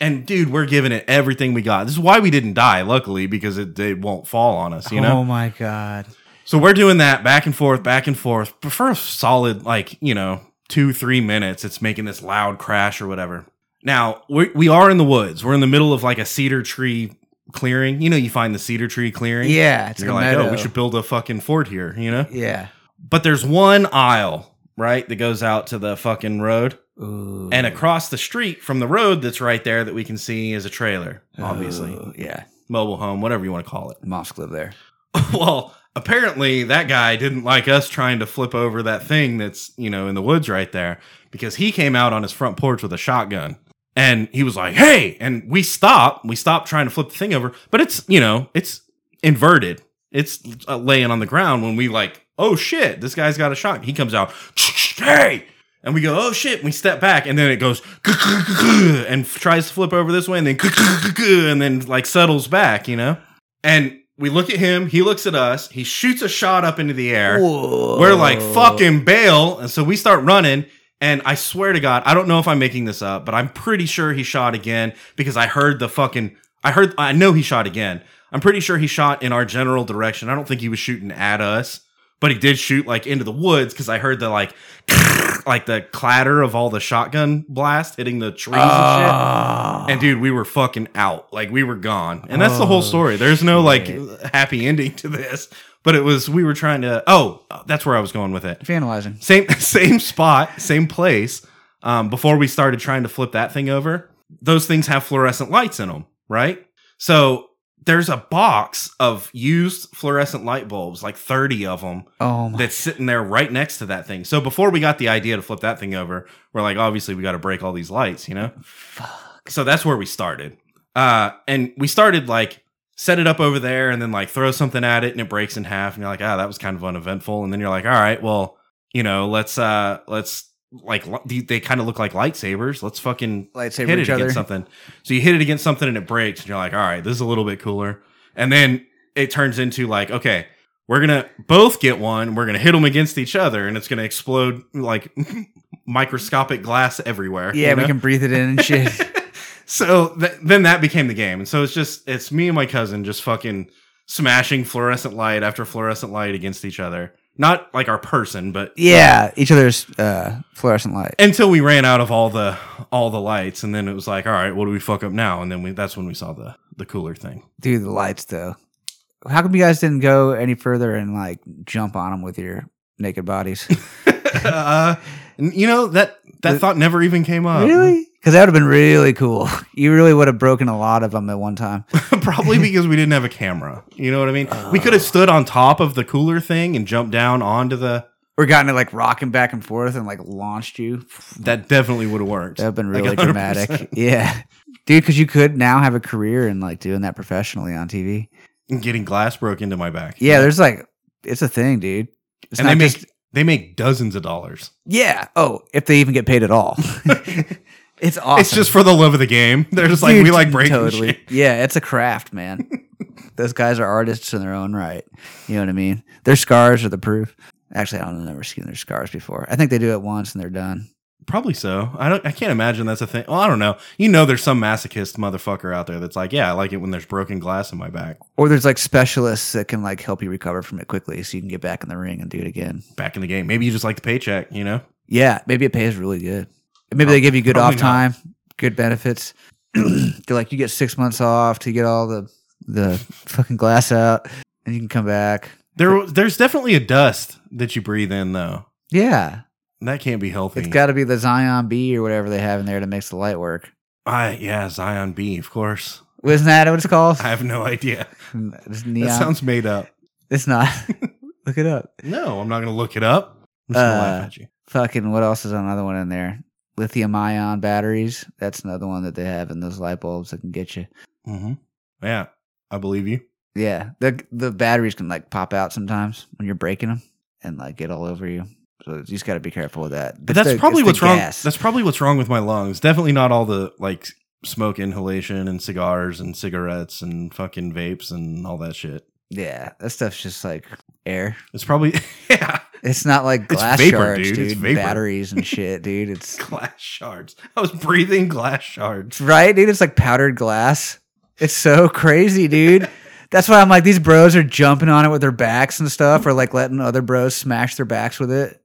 B: and dude, we're giving it everything we got. This is why we didn't die, luckily, because it, it won't fall on us. You know,
A: Oh my god.
B: so we're doing that back and forth, back and forth. But for a solid, like, you know, two, three minutes, it's making this loud crash or whatever. Now, we, we are in the woods. We're in the middle of like a cedar tree clearing. You know, you find the cedar tree clearing.
A: Yeah, it's
B: You're
A: a
B: like,
A: meadow.
B: oh, we should build a fucking fort here, you know?
A: Yeah.
B: But there's one aisle, right, that goes out to the fucking road.
A: Ooh.
B: And across the street from the road that's right there that we can see is a trailer, obviously.
A: Ooh, yeah.
B: Mobile home, whatever you want to call it.
A: Mosque live there.
B: well, apparently that guy didn't like us trying to flip over that thing that's, you know, in the woods right there because he came out on his front porch with a shotgun. And he was like, "Hey!" And we stopped. We stopped trying to flip the thing over, but it's you know it's inverted. It's uh, laying on the ground when we like, "Oh shit!" This guy's got a shot. He comes out, "Hey!" And we go, "Oh shit!" And we step back, and then it goes and tries to flip over this way, and then and then like settles back, you know. And we look at him. He looks at us. He shoots a shot up into the air.
A: Whoa.
B: We're like fucking bail, and so we start running. And I swear to God, I don't know if I'm making this up, but I'm pretty sure he shot again because I heard the fucking. I heard. I know he shot again. I'm pretty sure he shot in our general direction. I don't think he was shooting at us, but he did shoot like into the woods because I heard the like, like the clatter of all the shotgun blast hitting the trees and shit.
A: Oh.
B: And dude, we were fucking out. Like we were gone. And that's the whole story. There's no like happy ending to this. But it was we were trying to Oh, that's where I was going with it.
A: vandalizing.
B: Same same spot, same place. Um, before we started trying to flip that thing over, those things have fluorescent lights in them, right? So there's a box of used fluorescent light bulbs, like 30 of them,
A: Oh my.
B: that's sitting there right next to that thing. So before we got the idea to flip that thing over, we're like, obviously, we got to break all these lights, you know?
A: Fuck.
B: So that's where we started. Uh, and we started like, set it up over there and then like throw something at it and it breaks in half. And you're like, ah, that was kind of uneventful. And then you're like, all right, well, you know, let's, uh, let's, like li- they- they kind of look like lightsabers. Let's fucking
A: Lightsaber
B: hit it
A: each other.
B: against something. So you hit it against something and it breaks, and you're like, all right, this is a little bit cooler. And then it turns into like, okay, we're gonna both get one. We're gonna hit them against each other, and it's gonna explode like microscopic glass everywhere.
A: Yeah,
B: you
A: we
B: know?
A: can breathe it in and shit.
B: so th- then that became the game, and so it's just it's me and my cousin just fucking smashing fluorescent light after fluorescent light against each other. Not like our person, but e-,
A: yeah, each other's uh, fluorescent light.
B: until we ran out of all the all the lights and then it was like all right what do we fuck up now and then we that's when we saw the the cooler thing
A: Dude, the lights though. How come you guys didn't go any further and like jump on them with your naked bodies?
B: uh, n- you know that that
A: The-
B: thought never even came up
A: really? Because that would have been really cool. You really would have broken a lot of them at one time.
B: probably because we didn't have a camera you know what i mean we could have stood on top of the cooler thing and jumped down onto the
A: Or gotten it like rocking back and forth and like launched you.
B: that definitely would have worked
A: That would have been
B: Like
A: really
B: 100%.
A: dramatic. Yeah. Dude, because you could now have a career in like doing that professionally on TV.
B: And getting glass broke into my back
A: Yeah, there's like, it's a thing, dude. It's
B: and
A: not
B: they make
A: just-
B: they make dozens of dollars
A: yeah. Oh, if they even get paid at all. it's awesome.
B: it's just for the love of the game they're just like
A: Dude,
B: we like breaking
A: totally.
B: shit.
A: Yeah, it's a craft, man. Those guys are artists in their own right. You know what I mean? Their scars are the proof. Actually, I don't know. I've never seen their scars before. I think they do it once and they're done.
B: Probably so. I don't. I can't imagine that's a thing. Well, I don't know. You know, there's some masochist motherfucker out there that's like, yeah, I like it when there's broken glass in my back.
A: Or there's like specialists that can like help you recover from it quickly, so you can get back in the ring and do it again.
B: Back in the game, maybe you just like the paycheck. You know,
A: Yeah, maybe it pays really good. Maybe they give you good off
B: Probably
A: time, good benefits. They're like you get six months off to get all the the fucking glass out, and you can come back.
B: there there's definitely a dust that you breathe in though.
A: Yeah,
B: That can't be healthy.
A: It's got to be the Zion B or whatever they have in there that makes the light work.
B: I yeah, Zion B, of course.
A: Isn't that what it's called?
B: I have no idea.
A: It's
B: That
A: neon.
B: sounds made up.
A: it's not. Look it up.
B: No, I'm not gonna look it up. I'm just gonna
A: Uh,
B: laugh at you.
A: Fucking what else is another one in there? Lithium ion batteries. That's another one that they have in those light bulbs that can get you.
B: hmm Yeah, I believe you.
A: Yeah, the the batteries can like pop out sometimes when you're breaking them and like get all over you. So you just got to be careful with that.
B: But
A: It's
B: that's
A: the-
B: probably
A: it's the
B: what's wrong.
A: gas.
B: That's probably what's wrong with my lungs. Definitely not all the like smoke inhalation and cigars and cigarettes and fucking vapes and all that shit.
A: yeah, that stuff's just like air.
B: It's probably yeah,
A: It's not like
B: It's
A: glass
B: vapor,
A: shards,
B: dude.
A: dude.
B: It's vapor.
A: Batteries and shit, dude. It's
B: glass shards. I was breathing glass shards.
A: Right, dude? It's like powdered glass. It's so crazy, dude. That's why I'm like, these bros are jumping on it with their backs and stuff, or like letting other bros smash their backs with it.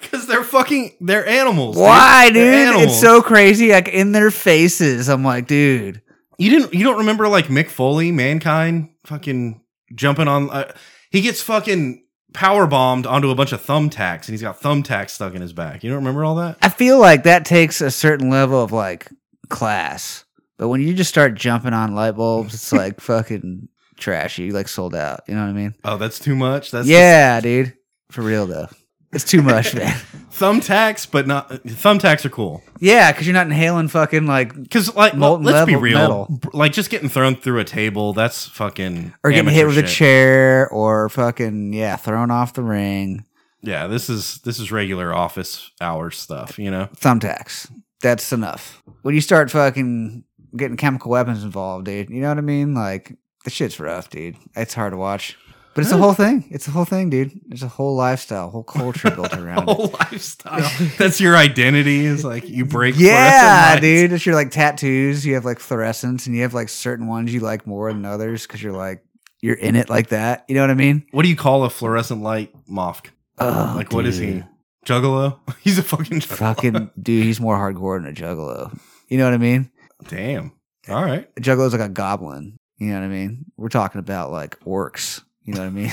B: Because they're fucking they're animals.
A: Why, dude?
B: They're
A: It's so crazy, like in their faces. I'm like, dude.
B: You didn't you don't remember like Mick Foley, mankind, fucking jumping on uh, he gets fucking power bombed onto a bunch of thumbtacks and he's got thumbtacks stuck in his back. You don't remember all that?
A: I feel like that takes a certain level of like class. But when you just start jumping on light bulbs, it's like fucking trashy, like sold out. You know what I mean?
B: Oh, that's too much. That's
A: yeah, dude. For real though. It's too much, man.
B: thumbtacks, but not thumbtacks are cool.
A: Yeah, because you're not inhaling fucking like
B: Because like,
A: Molten
B: let's be
A: level-
B: real,
A: metal.
B: b- like just getting thrown through a table, that's fucking
A: or getting hit
B: amateur
A: with a
B: shit.
A: chair or fucking yeah thrown off the ring
B: Yeah, this is this is regular office hour stuff. You know,
A: thumbtacks that's enough when you start fucking getting chemical weapons involved dude you know what i mean like the shit's rough dude it's hard to watch but it's a whole thing it's a whole thing dude there's a whole lifestyle whole culture built around it
B: whole lifestyle. that's your identity. Is like you break.
A: yeah
B: fluorescent lights.
A: dude it's your like tattoos you have like fluorescence and you have like certain ones you like more than others because you're like you're in it like that you know what i mean
B: What do you call a fluorescent light moth?
A: oh,
B: like what is
A: dude.
B: he? Juggalo? He's a fucking juggalo.
A: fucking dude he's more hardcore than a juggalo you know what i mean
B: Damn. All right.
A: a juggalo's like a goblin. You know what I mean? We're talking about like orcs. You know what I mean?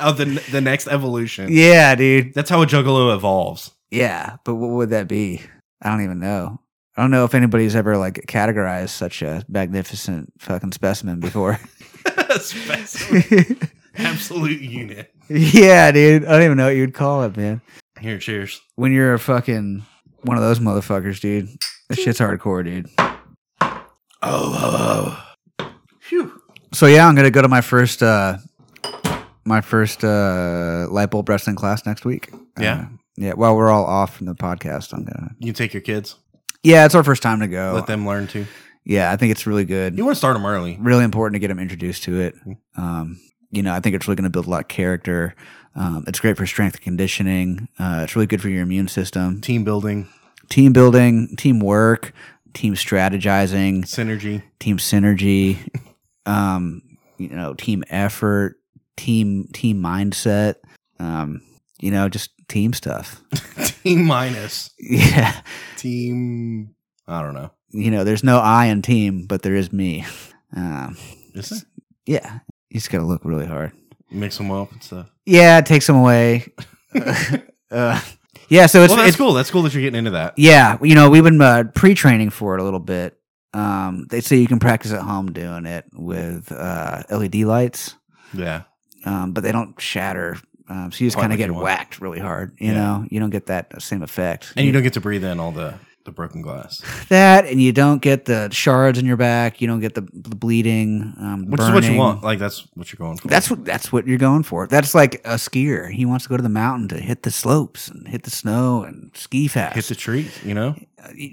B: oh, the the next evolution.
A: yeah, dude.
B: That's how a juggalo evolves.
A: Yeah, but what would that be? I don't even know. I don't know if anybody's ever like categorized such a magnificent fucking specimen before.
B: Specimen. Absolute unit.
A: yeah, dude. I don't even know what you'd call it, man.
B: Here, cheers.
A: When you're a fucking one of those motherfuckers, dude. This shit's hardcore, dude.
B: Oh, oh, oh. Phew.
A: So yeah, I'm gonna go to my first uh my first uh light bulb wrestling class next week.
B: Yeah.
A: Uh, yeah. While we're all off from the podcast, I'm gonna
B: You take your kids.
A: Yeah, it's our first time to go.
B: Let them learn too.
A: yeah, I think it's really good.
B: You Mm-hmm. want to start them early.
A: really important to get them introduced to it. Um, you know, I think it's really going to build a lot of character. Um, it's great for strength and conditioning. Uh, it's really good for your immune system,
B: Team building,
A: team building, teamwork, team strategizing,
B: synergy.
A: team synergy. Um, you know, team effort, team team mindset. Um, you know, just team stuff.
B: team minus.
A: Yeah,
B: Team. I don't know.
A: you know, there's no I in team, but there is me. Um,
B: Is there?
A: yeah, you just got to look really hard.
B: Mix them up and stuff.
A: Yeah, it takes them away. uh, yeah, so it's,
B: well, that's
A: it's
B: cool. That's cool that you're getting into that.
A: yeah, you know, we've been uh, pre-training for it a little bit. Um, they say you can practice at home doing it with uh, LED lights,
B: Yeah.
A: um, but they don't shatter. Um, so you just
B: Quite
A: kind of get
B: like you want.
A: whacked really hard. You
B: Yeah.
A: know, you don't get that same effect.
B: And you don't get to breathe in all the, the broken glass,
A: that, and you don't get the shards in your back. You don't get the, the bleeding. Um,
B: which is what you
A: burning.
B: want. Like, that's what you're going for.
A: That's what that's what you're going for. That's like a skier. He wants to go to the mountain to hit the slopes and hit the snow and ski fast. Uh,
B: hit the tree, you know?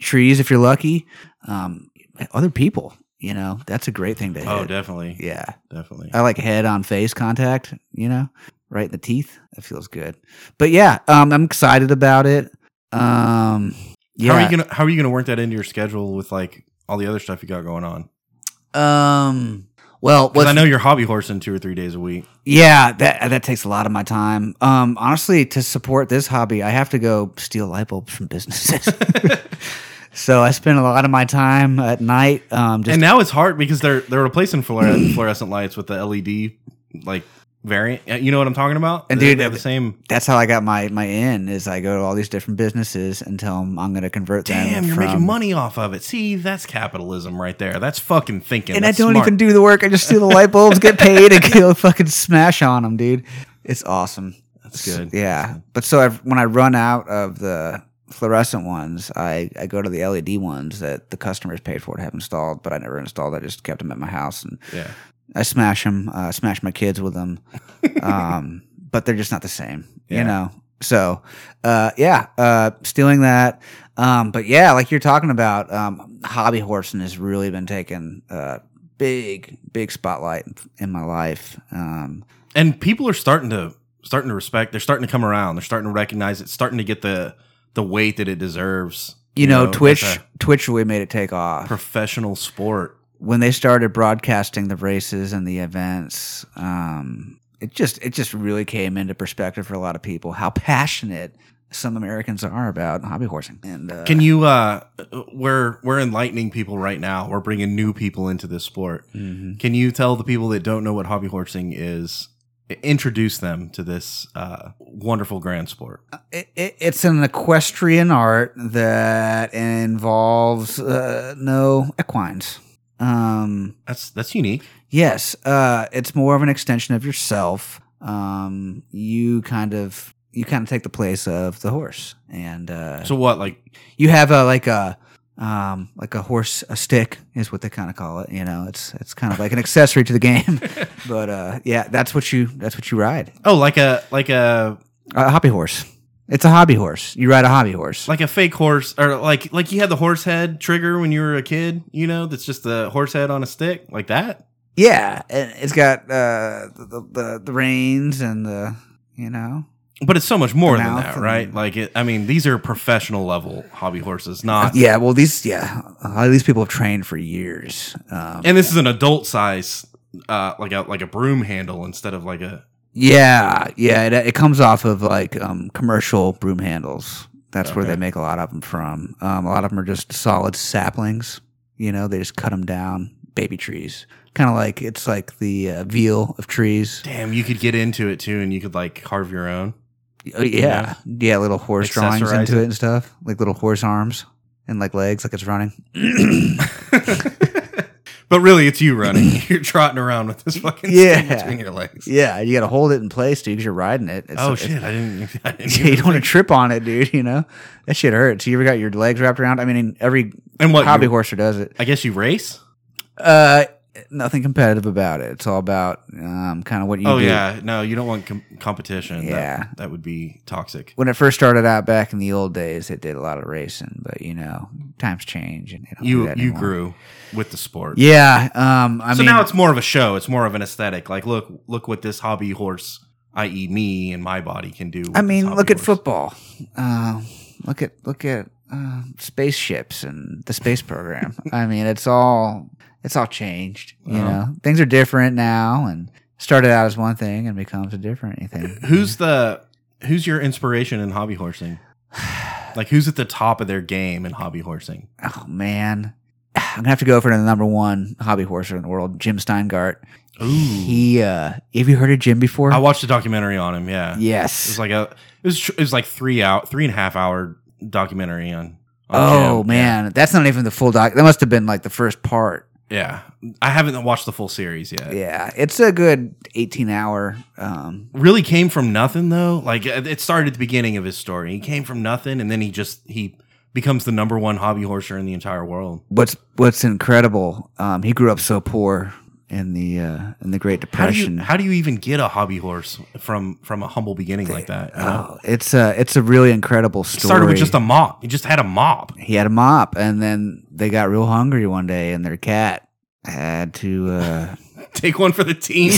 A: trees if you're lucky. Um, other people, you know, that's a great thing to hit.
B: Oh, definitely.
A: Yeah, Uh,
B: Definitely.
A: I like head on face contact. You know, right in the teeth. That feels good. But yeah, um, I'm excited about it. Um, yeah.
B: How are you gonna How are you gonna work that into your schedule with like all the other stuff you got going on?
A: um, well,
B: Because
A: what's
B: I know you're hobby horsing two or three days a week.
A: Yeah, that that takes a lot of my time. Um, honestly, to support this hobby, I have to go steal light bulbs from businesses. so I spend a lot of my time at night. Um, just
B: and now it's hard because they're they're replacing fluores- fluorescent lights with the LED like variant. Uh, You know what I'm talking about?
A: And
B: They-
A: dude,
B: they have
A: that-
B: the same.
A: that's how I got my my in. Is I go to all these different businesses and tell them I'm going to convert them.
B: Damn, you're
A: from-
B: making money off of it. See, that's capitalism right there. That's fucking thinking.
A: and I
B: That's
A: don't
B: smart.
A: even do the work. I just steal the light bulbs, get paid, and go fucking smash on them, dude. It's awesome.
B: That's good.
A: Yeah, but so I've, when I run out of the fluorescent ones, I, I go to the LED ones that the customers paid for to have installed, but I never installed. I just kept them at my house, and
B: Yeah.
A: I smash them. Uh, smash my kids with them, um, but they're just not the same, you
B: Yeah.
A: know. So, uh, yeah, uh, stealing that. Um, but yeah, like you're talking about, um, hobby horsing has really been taking uh, big, big spotlight in my life. Um,
B: And people are starting to starting to respect. They're starting to come around. They're starting to recognize it's starting to get the the weight that it deserves.
A: you, know,
B: as
A: Twitch,
B: a
A: Twitch really made it take off.
B: professional sport.
A: when they started broadcasting the races and the events, um, it just it just really came into perspective for a lot of people how passionate some Americans are about hobby horsing. And uh,
B: Can you uh we're we're enlightening people right now. We're bringing new people into this sport.
A: Mhm.
B: Can you tell the people that don't know what hobby horsing is introduce them to this uh wonderful grand sport?
A: Uh, It, it, it's an equestrian art that involves uh, no equines. Um,
B: That's that's unique.
A: Yes, uh, it's more of an extension of yourself. Um, you kind of you kind of take the place of the horse, and uh,
B: So what like
A: you have a like a um, like a horse a stick is what they kind of call it. You know, it's it's kind of like an accessory to the game, but uh, yeah, that's what you that's what you ride.
B: oh like a like a
A: A hobby horse. It's a hobby horse. You ride a hobby horse.
B: like a fake horse or like like you had the horse head trigger when you were a kid, you know, that's just the horse head on a stick like that.
A: yeah, and it's got uh, the, the the reins and the you know
B: But it's so much more
A: The
B: than
A: mouth
B: that,
A: and-
B: right? Like it, I mean, these are professional level hobby horses, not
A: yeah. Well, these yeah, a lot of these people have trained for years. Um,
B: And this is an adult size, uh, like a like a broom handle instead of like a.
A: Yeah, yeah. It, it comes off of like um, commercial broom handles. That's where
B: Okay.
A: they make a lot of them from. Um, a lot of them are just solid saplings. You know, they just cut them down, baby trees. Kind of like it's like the uh, veal of trees.
B: Damn, you could get into it too, and you could like carve your own.
A: Oh, yeah, yeah. Little horse drawings
B: Accessorize
A: into it and stuff, like little horse arms. and like legs, like it's running.
B: But really, it's you running. You're trotting around with this fucking
A: Yeah.
B: thing between your legs.
A: yeah, you got to hold it in place, dude, because you're riding it. It's,
B: oh
A: it's-
B: shit! I didn't. I didn't
A: Yeah, you
B: even
A: don't want to
B: think-
A: trip on it, dude. You know that shit hurts. You ever got your legs wrapped around? I mean, every
B: and what?
A: hobby
B: you-
A: horser does it.
B: I guess you race.
A: Uh, nothing competitive about it. It's all about um, kind of what you
B: oh
A: do.
B: yeah, no, you don't want com- competition. That-
A: Yeah.
B: that, would be toxic.
A: When it first started out back in the old days, it did a lot of racing, but you know, times change and they don't do
B: You
A: that
B: you
A: anymore.
B: grew with the sport.
A: Yeah. Um. I
B: so
A: mean,
B: now it's more of a show. It's more of an aesthetic. Like, look, look what this hobby horse, i.e., me and my body, can do. with
A: I
B: this
A: mean,
B: hobby
A: look at
B: horse.
A: football. Uh, look at look at uh, spaceships and the space program. I mean, it's all it's all changed. You
B: Uh-huh.
A: know, things are different now, and started out as one thing and becomes a different thing.
B: Who's the who's your inspiration in hobby horsing? Like, who's at the top of their game in hobby horsing?
A: Oh man, I'm gonna have to go for the number one hobby horser in the world, Jim Steingart.
B: Ooh.
A: He, uh, have you heard of Jim before?
B: I watched a documentary on him. Yeah, It
A: yes.
B: was like a it was tr- it was like three out three and a half hour documentary on. on
A: oh
B: Jim.
A: man, that's not even the full doc. That must have been like the first part.
B: yeah. Yeah. I haven't watched the full series yet.
A: Yeah, it's a good 18 hour. Um,
B: Really came from nothing though. Like it it started at the beginning of his story. He came from nothing, and then he just he becomes the number one hobby horser in the entire world.
A: what's what's incredible? Um, he grew up so poor in the uh, in the Great
B: How do you
A: Depression.
B: how do you even get a hobby horse from from a humble beginning like that? you know?
A: oh, it's a it's a really incredible story.
B: It started with just a mop. He just had a mop.
A: he had a mop, and then they got real hungry one day, and their cat had to. Uh,
B: Take one for the team.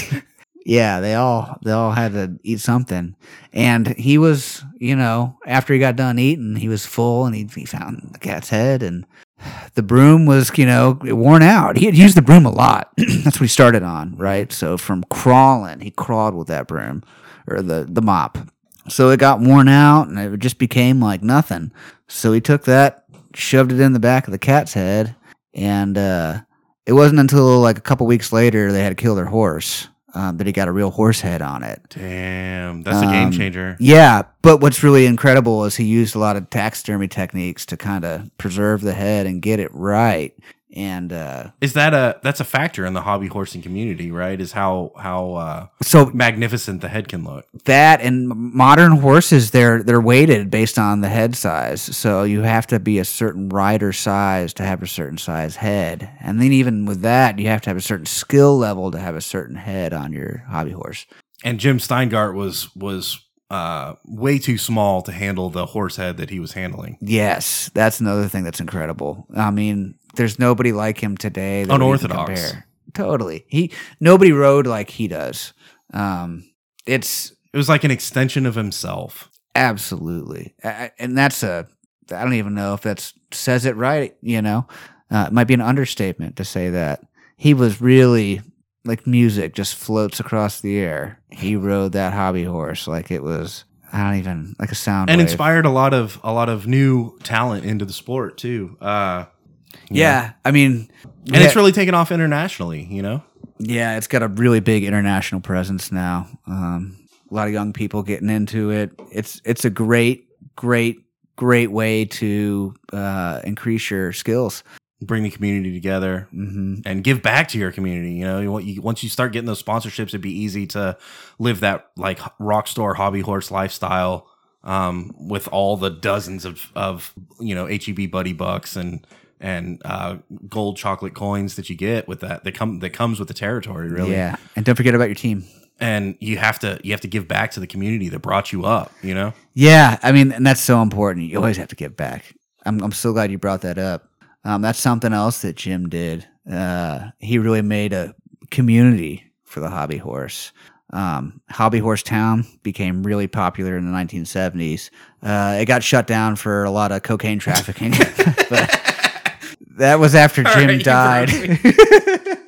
A: yeah, they all they all had to eat something, and he was you know after he got done eating, he was full, and he, he found the cat's head, and the broom was you know worn out. He had used the broom a lot. That's what he started on, right? So from crawling, he crawled with that broom or the the mop. So it got worn out, and it just became like nothing. So he took that, shoved it in the back of the cat's head, and uh, it wasn't until like a couple weeks later they had to kill their horse um, that he got a real horse head on it.
B: Damn, that's a game
A: Um,
B: changer.
A: Yeah, but what's really incredible is he used a lot of taxidermy techniques to kind of preserve the head and get it right. And uh,
B: Is that a that's a factor in the hobby horsing community, right? Is how how uh,
A: so
B: magnificent the head can look.
A: that and modern horses they're they're weighted based on the head size. So you have to be a certain rider size to have a certain size head. And then even with that, you have to have a certain skill level to have a certain head on your hobby horse.
B: And Jim Steingart was was uh, way too small to handle the horse head that he was handling.
A: Yes, that's another thing that's incredible. I mean, there's nobody like him today. that we can
B: Unorthodox.
A: compare. Totally. He nobody rode like he does. Um, it's
B: It was like an extension of himself.
A: absolutely, I- I- and that's a. I don't even know if that's says it right. You know, uh, it might be an understatement to say that he was really like music just floats across the air. He rode that hobby horse like it was. I don't even like a sound.
B: And
A: wave.
B: inspired a lot of a lot of new talent into the sport too. Uh
A: Yeah. I mean,
B: And it's really taken off internationally, you know?
A: Yeah, it's got a really big international presence now. Um, a lot of young people getting into it. It's it's a great, great, great way to uh, increase your skills.
B: Bring the community together.
A: hmm
B: and give back to your community. You know, you, want- you, once you start getting those sponsorships, it'd be easy to live that like h- rock star hobby horse lifestyle um, with all the dozens of, of you know HEB buddy bucks and and uh, gold chocolate coins that you get with that that come that comes with the territory really.
A: Yeah, and don't forget about your team.
B: And you have to you have to give back to the community that brought you up. You know,
A: Yeah, I mean, and that's so important. You always have to give back. I'm I'm so glad you brought that up. Um, that's something else that Jim did. Uh, he really made a community for the hobby horse. Um, hobby horse town became really popular in the 1970s. Uh, it got shut down for a lot of cocaine trafficking. but that was after
B: All
A: Jim
B: right, you
A: died.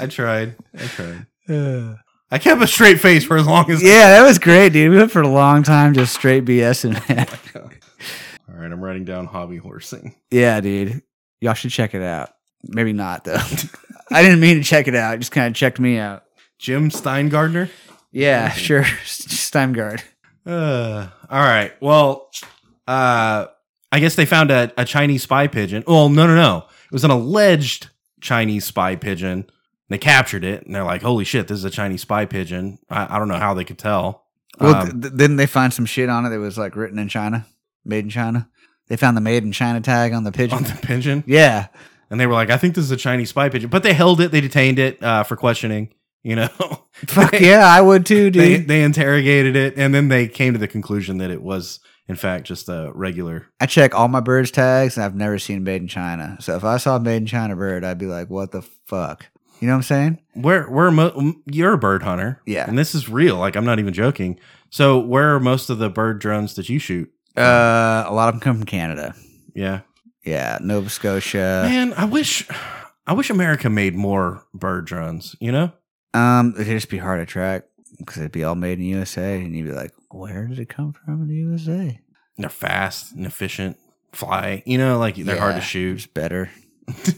B: I tried. I tried.
A: yeah,
B: I kept a straight face for as long as.
A: that was great, dude. We went for a long time just straight BSing. man.
B: All right, I'm writing down hobby horsing.
A: Yeah, dude. Y'all should check it out. Maybe not though. I didn't mean to check it out. It just kind of checked me out.
B: Jim Steingardner.
A: Yeah, sure. Steingard.
B: Uh, all right. Well, uh, I guess they found a, a Chinese spy pigeon. Well, no, no, no. It was an alleged Chinese spy pigeon. They captured it, and they're like, "Holy shit, this is a Chinese spy pigeon." I, I don't know how they could tell.
A: Well,
B: Um,
A: th- th- didn't they find some shit on it that was like written in China, made in China? They found the made in China tag on the pigeon.
B: on the pigeon,
A: yeah.
B: and they were like, "I think this is a Chinese spy pigeon," but they held it. They detained it uh, for questioning. You know,
A: Fuck yeah, I would too, dude.
B: they they interrogated it, and then they came to the conclusion that it was, in fact, just a regular.
A: I check all my birds tags, and I've never seen made in China. So if I saw a made in China bird, I'd be like, "What the fuck?" You know what I'm saying?
B: Where where mo- m- you're a bird hunter,
A: Yeah.
B: and this is real. Like I'm not even joking. So where are most of the bird drones that you shoot?
A: Uh, a lot of them come from Canada.
B: Yeah,
A: Yeah, Nova Scotia.
B: man, I wish I wish America made more bird drones. You know,
A: Um, it'd just be hard to track because it'd be all made in USA, and you'd be like, "Where did it come from in the USA?"
B: they're fast and efficient. Fly, you know, like they're hard to
A: Yeah,
B: shoot.
A: It's better,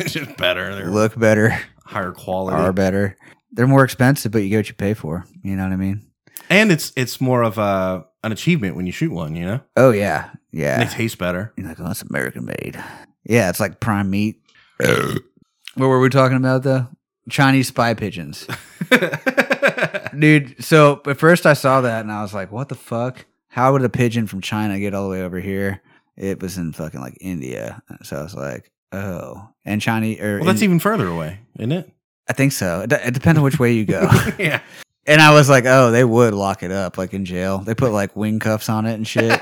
B: just better. They're
A: look better,
B: higher quality,
A: are better. They're more expensive, but you get what you pay for. You know what I mean?
B: and it's it's more of a an achievement when you shoot one. You know,
A: Oh yeah,
B: And
A: yeah.
B: they taste better.
A: You're like, "Oh, it's American made." Yeah, it's like prime meat. Oh. What were we talking about though? Chinese spy pigeons. Dude, so at first I saw that and I was like, what the fuck? How would a pigeon from China get all the way over here? It was in fucking like India. So I was like, oh. And Chinese, or
B: Well, that's
A: in-
B: even further away, isn't it?
A: I think so. It, d- it depends on which way you go.
B: yeah.
A: and I was like, oh, they would lock it up like in jail. They put like wing cuffs on it and shit.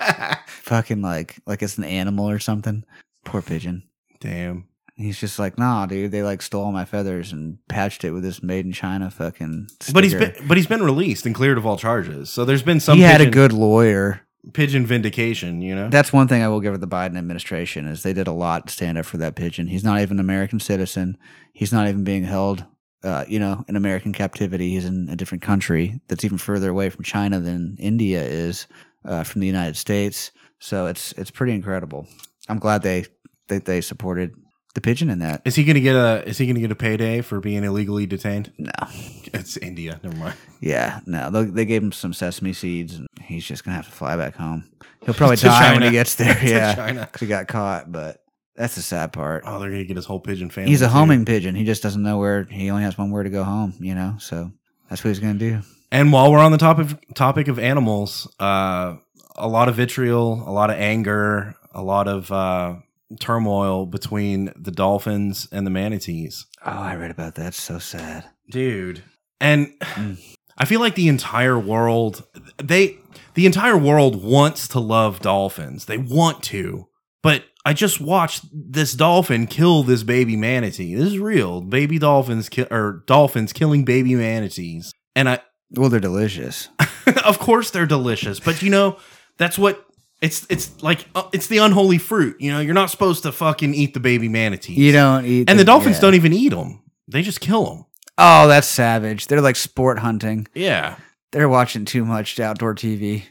A: fucking like, like it's an animal or something. Poor pigeon.
B: Damn.
A: And He's just like, nah, dude. They like stole my feathers and patched it with this made in China fucking. Sticker.
B: But he's been but he's been released and cleared of all charges. So there's been some
A: he
B: pigeon,
A: had a good lawyer.
B: pigeon vindication, you know.
A: That's one thing I will give the Biden administration is they did a lot to stand up for that pigeon. He's not even an American citizen. He's not even being held, uh, you know, in American captivity. He's in a different country that's even further away from China than India is uh, from the United States. So it's it's pretty incredible. I'm glad they they, they supported the pigeon in that.
B: is he gonna get a is he gonna get a payday for being illegally detained?
A: No,
B: It's India. Never mind.
A: yeah, no. They, they gave him some sesame seeds, and he's just gonna have to fly back home. He'll probably
B: To
A: die when
B: China.
A: he gets there.
B: To
A: yeah,
B: China.
A: 'cause he got caught. But that's the sad part.
B: Oh, they're gonna get his whole pigeon family.
A: He's a
B: too.
A: homing pigeon. He just doesn't know where. He only has one where to go home. You know, so that's what he's gonna do.
B: And while we're on the topic of, topic of animals, uh, a lot of vitriol, a lot of anger, a lot of uh, turmoil between the dolphins and the manatees,
A: Oh, I read about that. It's so sad.
B: dude. And
A: Mm.
B: I feel like the entire world they the entire world wants to love dolphins. They want to, but I just watched this dolphin kill this baby manatee. This is real. Baby dolphins kill or dolphins killing baby manatees, and I
A: Well, they're delicious.
B: of course they're delicious but you know that's what it's it's like uh, it's the unholy fruit you know you're not supposed to fucking eat the baby manatee
A: You don't eat.
B: and the dolphins
A: yeah.
B: don't even eat them they just kill them
A: Oh, that's savage. They're like sport hunting.
B: yeah
A: They're watching too much outdoor TV.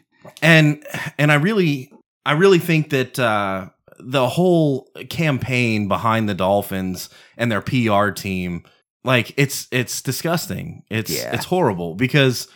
B: and and i really i really think that uh the whole campaign behind the dolphins and their pr team like it's it's disgusting it's
A: Yeah.
B: it's horrible because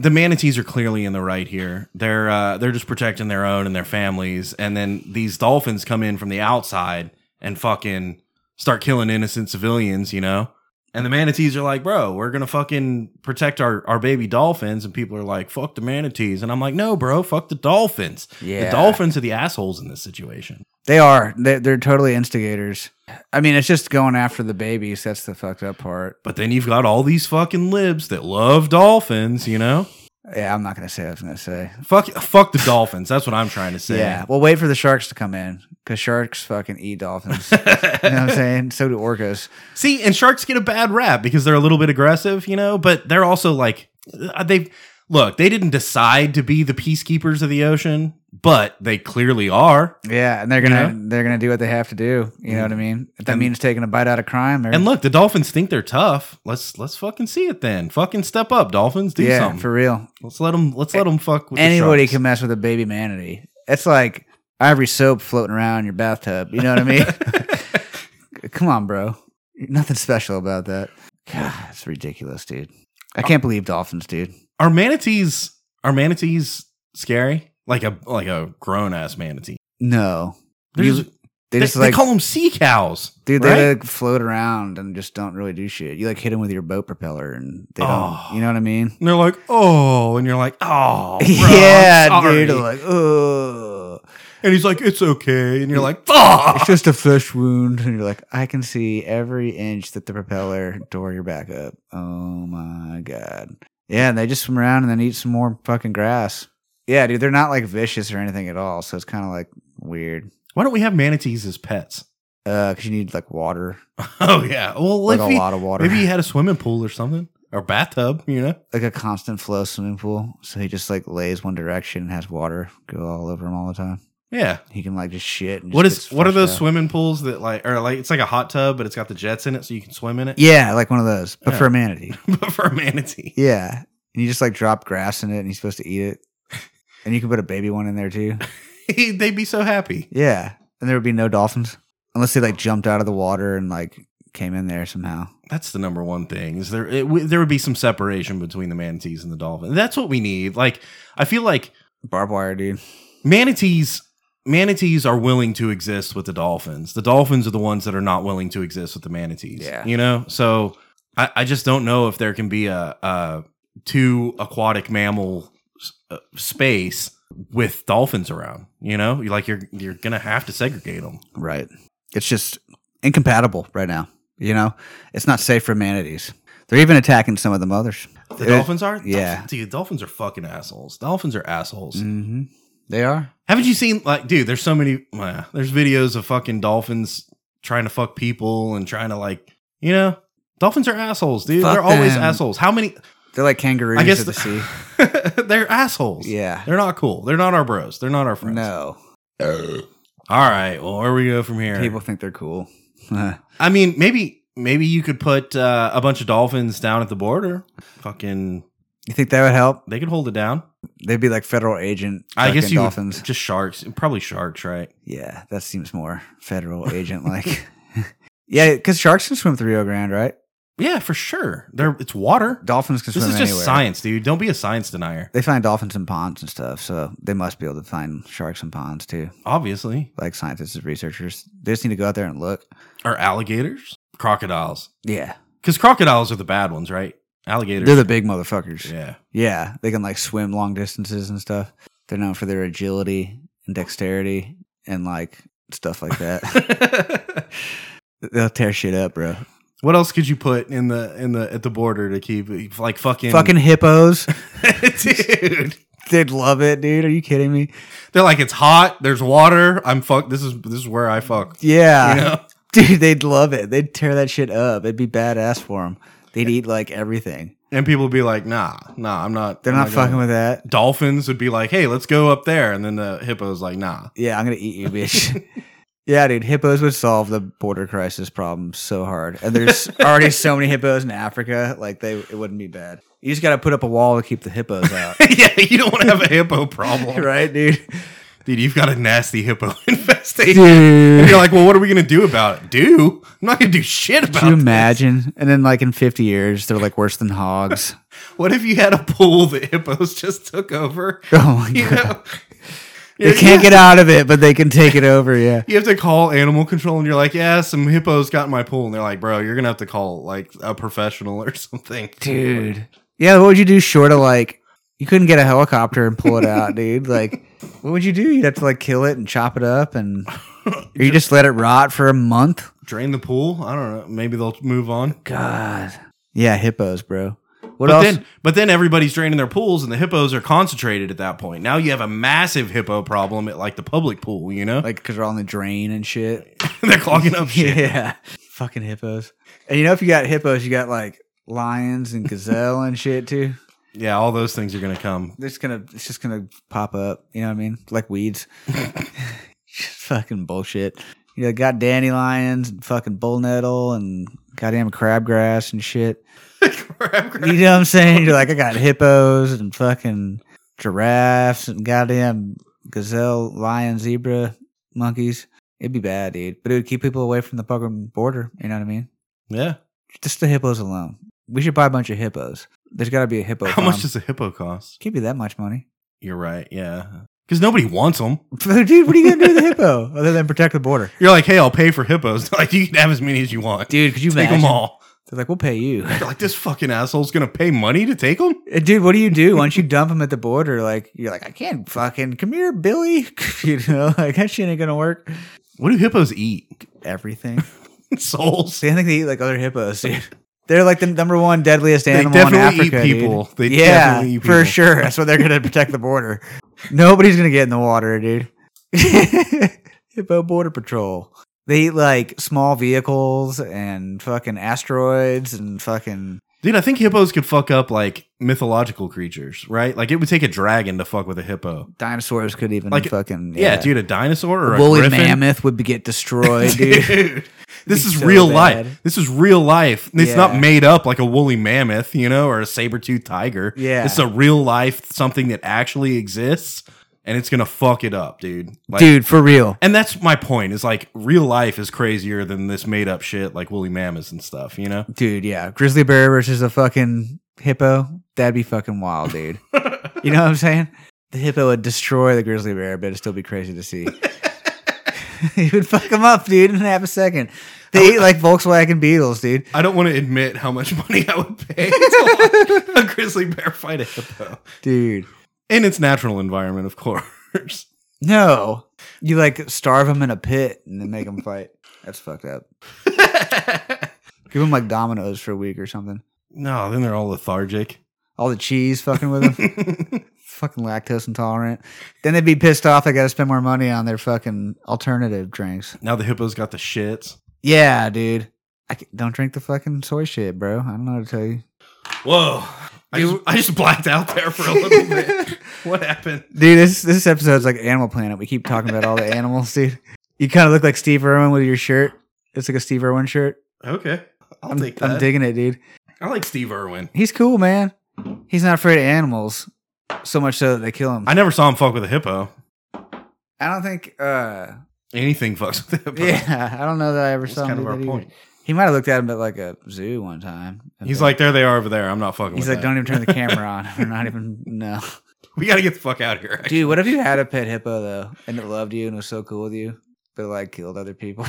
B: the manatees are clearly in the right here they're uh they're just protecting their own and their families and then these dolphins come in from the outside and fucking start killing innocent civilians you know and the manatees are like, bro, we're gonna fucking protect our, our baby dolphins. And people are like, fuck the manatees. And I'm like, no, bro, fuck the dolphins.
A: Yeah,
B: The dolphins are the assholes in this situation.
A: They are. They're, they're totally instigators. I mean, it's just going after the babies. That's the fucked up part.
B: But then you've got all these fucking libs that love dolphins, you know?
A: Yeah, I'm not gonna say. What I was gonna say.
B: Fuck fuck the dolphins. That's what I'm trying to say.
A: Yeah. Well, wait for the sharks to come in because sharks fucking eat dolphins. you know what I'm saying? So do orcas.
B: See, and sharks get a bad rap because they're a little bit aggressive, you know, but they're also like they've look, they didn't decide to be the peacekeepers of the ocean, but they clearly are.
A: Yeah, and they're
B: You
A: gonna they're gonna do what they have to do. You know what I mean? If that
B: And-
A: means taking a bite out of crime, or,
B: And look, the Dolphins think they're tough. Let's let's fucking see it then. Fucking step up, Dolphins. Do
A: yeah,
B: something.
A: for real.
B: let's let them. Let's let them fuck with
A: Anybody
B: the
A: can mess with a baby manatee. It's like ivory soap floating around in your bathtub. You know what I mean?
B: can.
A: Come on, bro. Nothing special about that. God, it's ridiculous, dude. I can't believe dolphins, dude.
B: are manatees are manatees scary? Like a like a grown ass manatee.
A: No,
B: There's-
A: You- they
B: they,
A: just
B: they
A: like
B: call them sea cows,
A: dude,
B: right?
A: they like float around and just don't really do shit. You like hit them with your boat propeller and they don't.
B: Oh.
A: You know what I mean?
B: and they're like, oh, and you're like, oh, bro,
A: yeah,
B: I'm sorry."
A: dude. Like, oh,
B: And he's like, it's okay, and you're like, fuck.
A: it's just a flesh wound, and you're like, I can see every inch that the propeller tore your back up. Oh my god. Yeah, and they just swim around and then eat some more fucking grass. Yeah, dude, they're not like vicious or anything at all, so it's kind of like weird.
B: Why don't we have manatees as pets?
A: Uh, cause you need like water,
B: Oh yeah, well,
A: like
B: like
A: a lot of water,
B: maybe he had a swimming pool or something or bathtub, you know?
A: like a constant flow swimming pool. So he just like lays one direction and has water go all over him all the time.
B: Yeah.
A: He can like just shit. And
B: What
A: just
B: is
A: gets
B: what are
A: flushed
B: those
A: out.
B: swimming pools that like or like it's like a hot tub but it's got the jets in it so you can swim in it?
A: Yeah, like one of those, but
B: Yeah.
A: for manatee.
B: But for a manatee.
A: Yeah. And you just like drop grass in it and he's supposed to eat it. And you can put a baby one in there too.
B: They'd be so happy.
A: Yeah. And there would be no dolphins. Unless they like jumped out of the water and like came in there somehow.
B: That's the number one thing. Is there it, w- there would be some separation between the manatees and the dolphins. That's what we need. Like I feel like
A: Barbed wire, dude.
B: manatees manatees are willing to exist with the dolphins. The dolphins are the ones that are not willing to exist with the manatees.
A: Yeah.
B: You know? So I, I just don't know if there can be a, a two aquatic mammal s- uh, space with dolphins around, you know? You like you're you're going to have to segregate them.
A: Right. It's just incompatible right now. You know? It's not safe for manatees. They're even attacking some of the mothers.
B: The
A: It-
B: dolphins are?
A: yeah.
B: Dolphins- dude, dolphins are fucking assholes. Dolphins are assholes.
A: Mm-hmm. They are.
B: Haven't you seen like dude, there's so many uh, there's videos of fucking dolphins trying to fuck people and trying to like, you know, dolphins are assholes, dude.
A: Fuck
B: they're always
A: them.
B: assholes. How many
A: They're like kangaroos
B: I guess
A: of the sea.
B: the- they're assholes.
A: Yeah.
B: They're not cool. They're not our bros. They're not our friends.
A: No.
B: All right. Well, where we go from here?
A: People think they're cool.
B: I mean, maybe maybe you could put uh, a bunch of dolphins down at the border. Fucking
A: you think that would help?
B: they could hold it down.
A: They'd be like federal agent.
B: I guess
A: fucking
B: you would-
A: dolphins.
B: just sharks. Probably sharks, right?
A: Yeah, that seems more federal agent like. yeah, because sharks can swim the Rio Grande, right?
B: Yeah, for sure. They're it's water.
A: Dolphins can
B: This
A: swim
B: is just
A: anywhere.
B: science, dude. Don't be a science denier.
A: They find dolphins in ponds and stuff, so they must be able to find sharks in ponds too.
B: Obviously,
A: Like scientists and researchers, they just need to go out there and look.
B: or alligators, crocodiles,
A: Yeah,
B: because crocodiles are the bad ones, right? Alligators.
A: they're the big motherfuckers.
B: yeah.
A: Yeah, they can like swim long distances and stuff. They're known for their agility and dexterity and like stuff like that. They'll tear shit up, bro.
B: What else could you put in the in the at the border to keep like fucking
A: Fucking hippos,
B: dude?
A: they'd love it, dude. Are you kidding me?
B: They're like it's hot. There's water. I'm fuck. This is this is where I fuck.
A: Yeah.
B: You know?
A: Dude, they'd love it. They'd tear that shit up. It'd be badass for them. They'd eat like everything.
B: And people would be like, nah, nah, I'm not.
A: They're
B: I'm
A: not, fucking
B: going.
A: with that. Dolphins.
B: Dolphins would be like, hey, let's go up there, and then the hippo's like, nah.
A: Yeah, I'm gonna eat you, bitch. yeah, dude, hippos would solve the border crisis problem so hard. And there's already so many hippos in Africa. Like they, it wouldn't be bad. You just gotta put up a wall to keep the hippos out,
B: yeah, you don't want to have a hippo problem,
A: right, dude?
B: dude. You've got a nasty hippo infestation. And
A: Dude.
B: you're like, well, what are we gonna do about it? Do? I'm not gonna do shit about.
A: Could you
B: this.
A: imagine? And then, like in 50 years, they're like worse than hogs.
B: What if you had a pool that hippos just took over?
A: Oh my
B: You
A: god,
B: know?
A: they can't get out of it, but they can take it over. Yeah,
B: you have to call animal control and you're like, yeah, some hippos got in my pool. And they're like, bro, you're going to have to call like a professional or something.
A: dude. Yeah, what would you do short of like you couldn't get a helicopter and pull it out, dude? Like, what would you do? You'd have to like kill it and chop it up, and or you just let it rot for a month.
B: Drain the pool. I don't know. Maybe they'll move on.
A: God, yeah, hippos, bro. What
B: but
A: else?
B: then, but then everybody's draining their pools, and the hippos are concentrated at that point. Now you have a massive hippo problem at like the public pool. You know,
A: like, because they're on the drain and shit.
B: they're clogging up shit.
A: Yeah, fucking hippos. And you know, if you got hippos, you got like lions and gazelle and shit too.
B: Yeah, all those things are gonna come.
A: They're just gonna, it's just gonna pop up. You know what I mean? Like weeds. just fucking bullshit. You know, got dandelions and fucking bull nettle and goddamn crabgrass and shit. You know what I'm saying? You're like, I got hippos and fucking giraffes and goddamn gazelle, lion, zebra, monkeys. It'd be bad, dude. But it would keep people away from the fucking border. You know what I mean?
B: yeah.
A: Just the hippos alone. We should buy a bunch of hippos. There's got to be a hippo.
B: How much
A: farm.
B: does a hippo cost?
A: Can't be that much money.
B: You're right. Yeah. because nobody wants them.
A: Dude, what are you gonna do with the hippo other than protect the border?
B: You're like, hey, I'll pay for hippos. like you can have as many as you want.
C: Dude, could you
B: take
C: imagine?
B: them all.
A: They're like, we'll pay you,
B: You're like this fucking asshole's gonna pay money to take them.
A: Uh, dude. What do you do once you dump them at the border? Like, you're like, I can't fucking come here, Billy. you know, like that shit ain't gonna work.
B: What do hippos eat?
A: Everything.
B: Souls.
A: See, I think they eat like other hippos, dude. They're like the number one deadliest animal
B: definitely
A: in
B: eat
A: Africa.
B: people.
A: Dude.
B: They
A: yeah,
B: definitely eat
A: for
B: people.
A: sure. That's why they're gonna protect the border. Nobody's gonna get in the water, dude. Hippo border patrol. They eat like small vehicles and fucking asteroids and fucking
B: Dude, I think hippos could fuck up like mythological creatures, right? Like it would take a dragon to fuck with a hippo.
C: Dinosaurs could even
B: Like,
C: fucking
B: Yeah, dude, a dinosaur or
C: A
B: a,
C: woolly
B: griffin?
C: mammoth would be get destroyed, dude.
B: This
A: Be
B: is
A: so
B: real
A: bad.
B: life. This is real life. It's not
A: Yeah.
B: made up like a woolly mammoth, you know, or a saber-toothed tiger.
A: Yeah.
B: This is a real life something that actually exists and it's going to fuck it up, dude. Like,
C: dude, for real.
B: And that's my point is like real life is crazier than this made up shit like woolly mammoths and stuff, you know?
A: dude. Yeah, grizzly bear versus a fucking hippo. That'd be fucking wild, dude. you know what I'm saying? The hippo would destroy the grizzly bear, but it'd still be crazy to see. he would fuck him up, dude, in half a second. They eat like Volkswagen Beetles, dude.
B: I don't want to admit how much money I would pay to watch a grizzly bear fight a hippo
A: Dude,
B: in its natural environment, of course.
A: no, you like starve him in a pit and then make him fight. That's fucked up. Give him like dominoes for a week or something.
B: no, then they're all lethargic.
A: All the cheese fucking with him. fucking lactose intolerant. Then they'd be pissed off. They got to spend more money on their fucking alternative drinks.
B: now the hippo's got the shits.
A: Yeah, dude. I c- don't drink the fucking soy shit, bro. I don't know what to tell you,
B: Whoa. I just, I just blacked out there for a little bit. What happened?
A: dude. This this episode's like Animal Planet. We keep talking about all the animals, dude. You kind of look like Steve Irwin with your shirt. It's like a Steve Irwin shirt.
B: Okay. I'll
A: I'm,
B: take that.
A: I'm digging it, dude.
B: I like Steve Irwin.
A: He's cool, man. He's not afraid of animals so much so that they kill him.
B: I never saw him fuck with a hippo.
A: I don't think. uh
B: Anything fucks with a hippo.
A: Yeah, I don't know that I ever
B: That's
A: saw him.
B: kind of
A: do
B: our
A: that either.
B: point.
A: He might have looked at him at like a zoo one time.
B: He's like, there they are over there. I'm not fucking
A: He's
B: with
A: like,
B: that.
A: don't even turn the camera on. We're not even no,
B: We got to get the fuck out of here.
A: dude. What if you had a pet hippo though, and it loved you and was so cool with you, but it, like killed other people?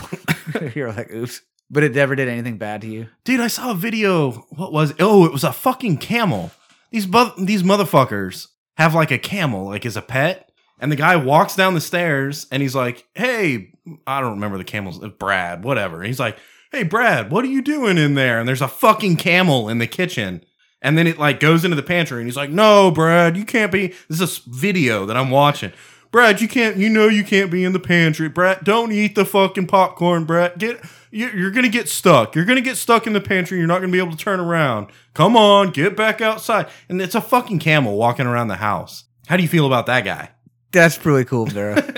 A: You're like, oops. But it never did anything bad to you.
B: Dude, I saw a video. What was? It? Oh, it was a fucking camel. These bu- these motherfuckers have like a camel, like as a pet. And the guy walks down the stairs and he's like, "Hey, I don't remember the camel's uh, Brad, whatever." And he's like, "Hey, Brad, what are you doing in there?" And there's a fucking camel in the kitchen. And then it like goes into the pantry and he's like, "No, Brad, you can't be. This is a s- video that I'm watching." Brad, you can't. You know you can't be in the pantry. Brad, don't eat the fucking popcorn. Brad, get. you- You're gonna get stuck. You're gonna get stuck in the pantry. You're not gonna be able to turn around. Come on, get back outside. And it's a fucking camel walking around the house. How do you feel about that guy?
A: That's pretty cool, bro. I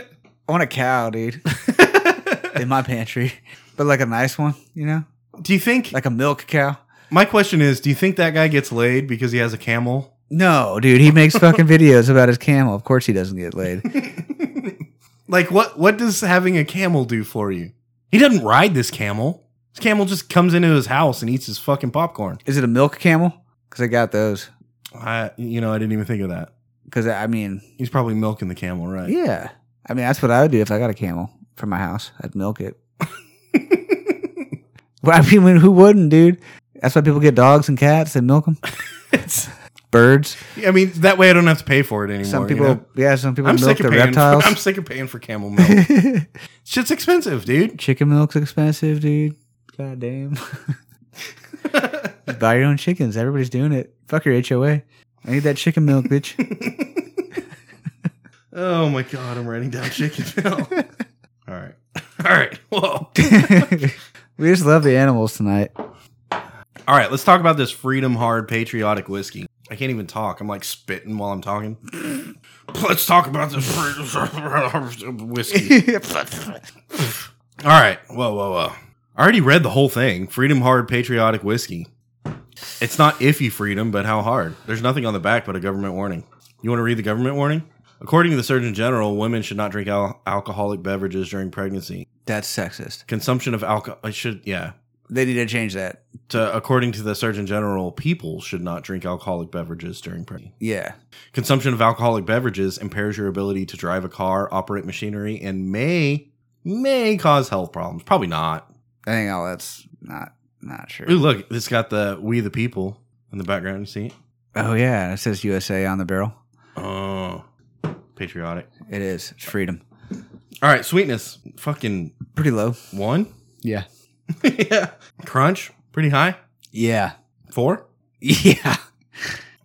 A: want a cow, dude, in my pantry, but like a nice one, you know,
B: Do you think?
A: like a milk cow.
B: my question is, do you think that guy gets laid because he has a camel?
A: No, dude, he makes fucking videos about his camel. Of course, he doesn't get laid.
B: Like, what? What does having a camel do for you? He doesn't ride this camel. This camel just comes into his house and eats his fucking popcorn.
A: Is it a milk camel? Because I got those.
B: I, you know, I didn't even think of that.
A: Because I mean,
B: He's probably milking the camel, right?
A: Yeah. I mean, that's what I would do if I got a camel for my house. I'd milk it. well, I mean, who wouldn't, dude? That's why people get dogs and cats and milk them. Birds.
B: I mean, that way I don't have to pay for it anymore.
A: Some
B: you
A: people,
B: know?
A: yeah, some people
B: I'm
A: milk
B: sick of
A: the
B: paying. For,
A: reptiles.
B: I'm sick of paying for camel milk. Shit's expensive, dude.
A: Chicken milk's expensive, dude. God damn. Just buy your own chickens. Everybody's doing it. Fuck your HOA. I need that chicken milk, bitch.
B: Oh my god, I'm writing down chicken milk. All right, all right. Whoa.
A: we just love the animals tonight.
B: All right, let's talk about this Freedom Hard Patriotic Whiskey. I can't even talk. I'm like spitting while I'm talking. Let's talk about this Freedom Hard whiskey. All right, whoa, whoa, whoa. I already read the whole thing. Freedom Hard Patriotic Whiskey. It's not iffy freedom, but how hard? There's nothing on the back but a government warning. You want to read the government warning? According to the Surgeon General, women should not drink al- alcoholic beverages during pregnancy
A: That's sexist.
B: consumption of alcohol should yeah
A: They need to change that.
B: To, according to the Surgeon General, people should not drink alcoholic beverages during pregnancy.
A: Yeah.
B: Consumption of alcoholic beverages impairs your ability to drive a car, operate machinery, and may may cause health problems. Probably not.
A: I think all that's not not sure.
B: Ooh, look, it's got the "We the People" in the background. You see it?
A: Oh yeah, and it says USA on the barrel.
B: Oh, patriotic.
A: It is. It's freedom.
B: All right, sweetness. Fucking
A: Pretty low.
B: one.
A: Yeah.
B: yeah. Crunch. Pretty high.
A: Yeah.
B: Four.
A: Yeah.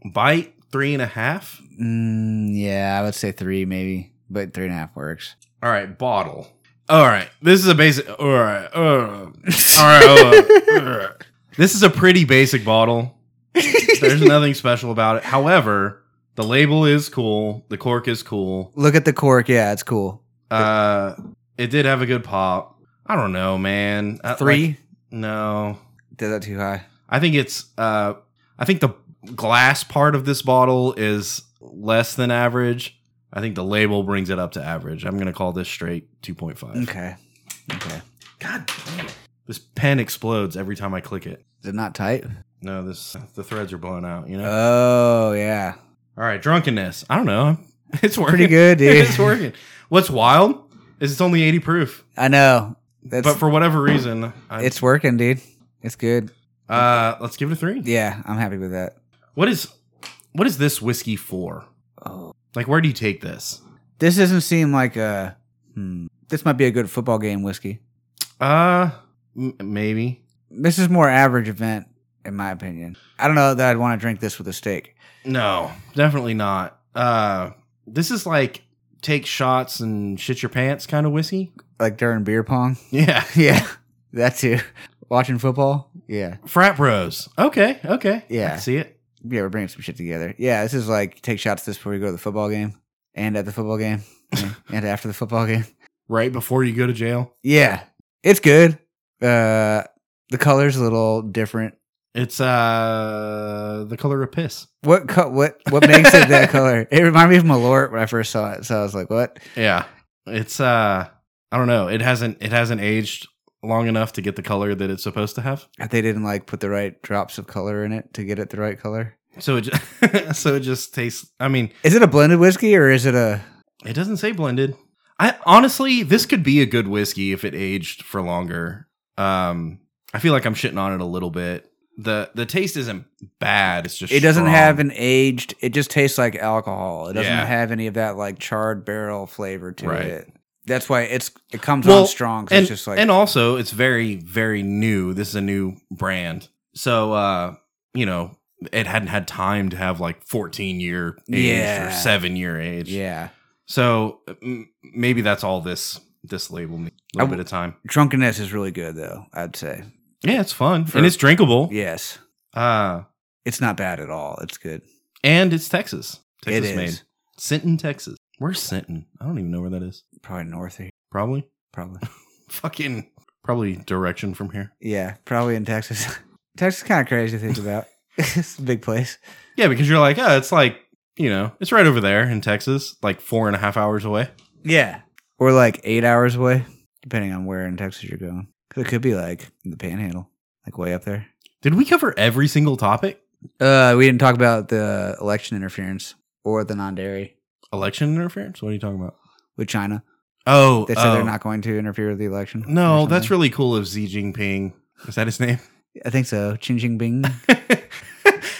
B: Bite. Three and a half.
A: Mm, yeah, I would say three maybe, but three and a half works.
B: All right, bottle. All right, this is a basic. All right, uh, all right, uh, uh. this is a pretty basic bottle. There's nothing special about it. However, the label is cool. The cork is cool.
A: Look at the cork. Yeah, it's cool.
B: Uh, it did have a good pop. I don't know, man. I-
A: Three?
B: like, no,
A: Did that too high?
B: I think it's. Uh, I think the glass part of this bottle is less than average. I think the label brings it up to average. I'm gonna call this straight two point five.
A: Okay. Okay.
B: God damn it. This pen explodes every time I click it.
A: Is it not tight?
B: No, this the threads are blown out, you know?
A: Oh yeah.
B: All right, drunkenness. I don't know. It's working.
A: Pretty good, dude.
B: it's working. What's wild is it's only 80 proof.
A: I know. That's
B: but for whatever reason, I,
A: it's working, dude. It's good.
B: uh let's give it a 3.
A: Yeah, I'm happy with that.
B: What is what is this whiskey for?
A: Oh.
B: Like where do you take this?
A: This doesn't seem like a. Hmm, this might be a good football game whiskey.
B: Uh m- maybe.
A: This is more average event, in my opinion. I don't know that I'd want to drink this with a steak.
B: No, definitely not. Uh this is like take shots and shit your pants kind of whiskey.
A: Like during beer pong.
B: Yeah.
A: Yeah, that too. Watching football. Yeah,
B: Frat Bros. Okay, okay.
A: Yeah.
B: I can see it.
A: yeah. We're bringing some shit together. Yeah, this is like take shots this before we go to the football game, and at the football game, and- and after the football game.
B: Right before you go to jail.
A: Yeah, it's good. Uh, the color's a little different.
B: It's uh the color of piss.
A: What co- what what makes it that color? It reminded me of Malort when I first saw it, so I was like, "What?"
B: Yeah. It's uh I don't know. It hasn't it hasn't aged long enough to get the color that it's supposed to have.
A: They didn't like put the right drops of color in it to get it the right color.
B: So it just, so it just tastes I mean,
A: Is it a blended whiskey or is it a?
B: it doesn't say blended. I honestly this could be a good whiskey if it aged for longer. Um I feel like I'm shitting on it a little bit. The the taste isn't bad. It's just
A: It doesn't
B: strong.
A: have an aged. It just tastes like alcohol. It doesn't
B: Yeah.
A: have any of that like charred barrel flavor to
B: Right.
A: it. That's why it's it comes
B: Well,
A: on strong. 'cause
B: and,
A: it's just like
B: and also it's very very new this is a new brand so uh you know it hadn't had time to have like 14 year age
A: Yeah.
B: or 7 year age
A: yeah,
B: so m- maybe that's all this this label needs a little
A: I w-
B: bit of time
A: drunkenness is really good though. I'd say
B: yeah it's fun and it's drinkable
A: yes.
B: uh
A: It's not bad at all. It's good.
B: and it's texas
A: It
B: texas
A: is
B: made Sinton, Texas. Where's Sinton? I don't even know where that is.
A: probably north of here.
B: Probably,
A: Probably.
B: fucking, probably direction from here.
A: Yeah, probably in Texas. Texas is kind of crazy to think about. it's a big place.
B: Yeah, because you're like, oh, it's like, you know, it's right over there in Texas, like four and a half hours away.
A: Yeah. Or like eight hours away, depending on where in Texas you're going. 'Cause it could be like in the panhandle, like way up there.
B: Did we cover every single topic?
A: Uh, we didn't talk about the election interference or the non dairy
B: Election interference? What are you talking about?
A: with China.
B: Oh,
A: They said
B: oh.
A: they're not going to interfere with the election.
B: No, that's really cool of Xi Jinping. Is that his name?
A: really. I think so. Ching Ching Bing.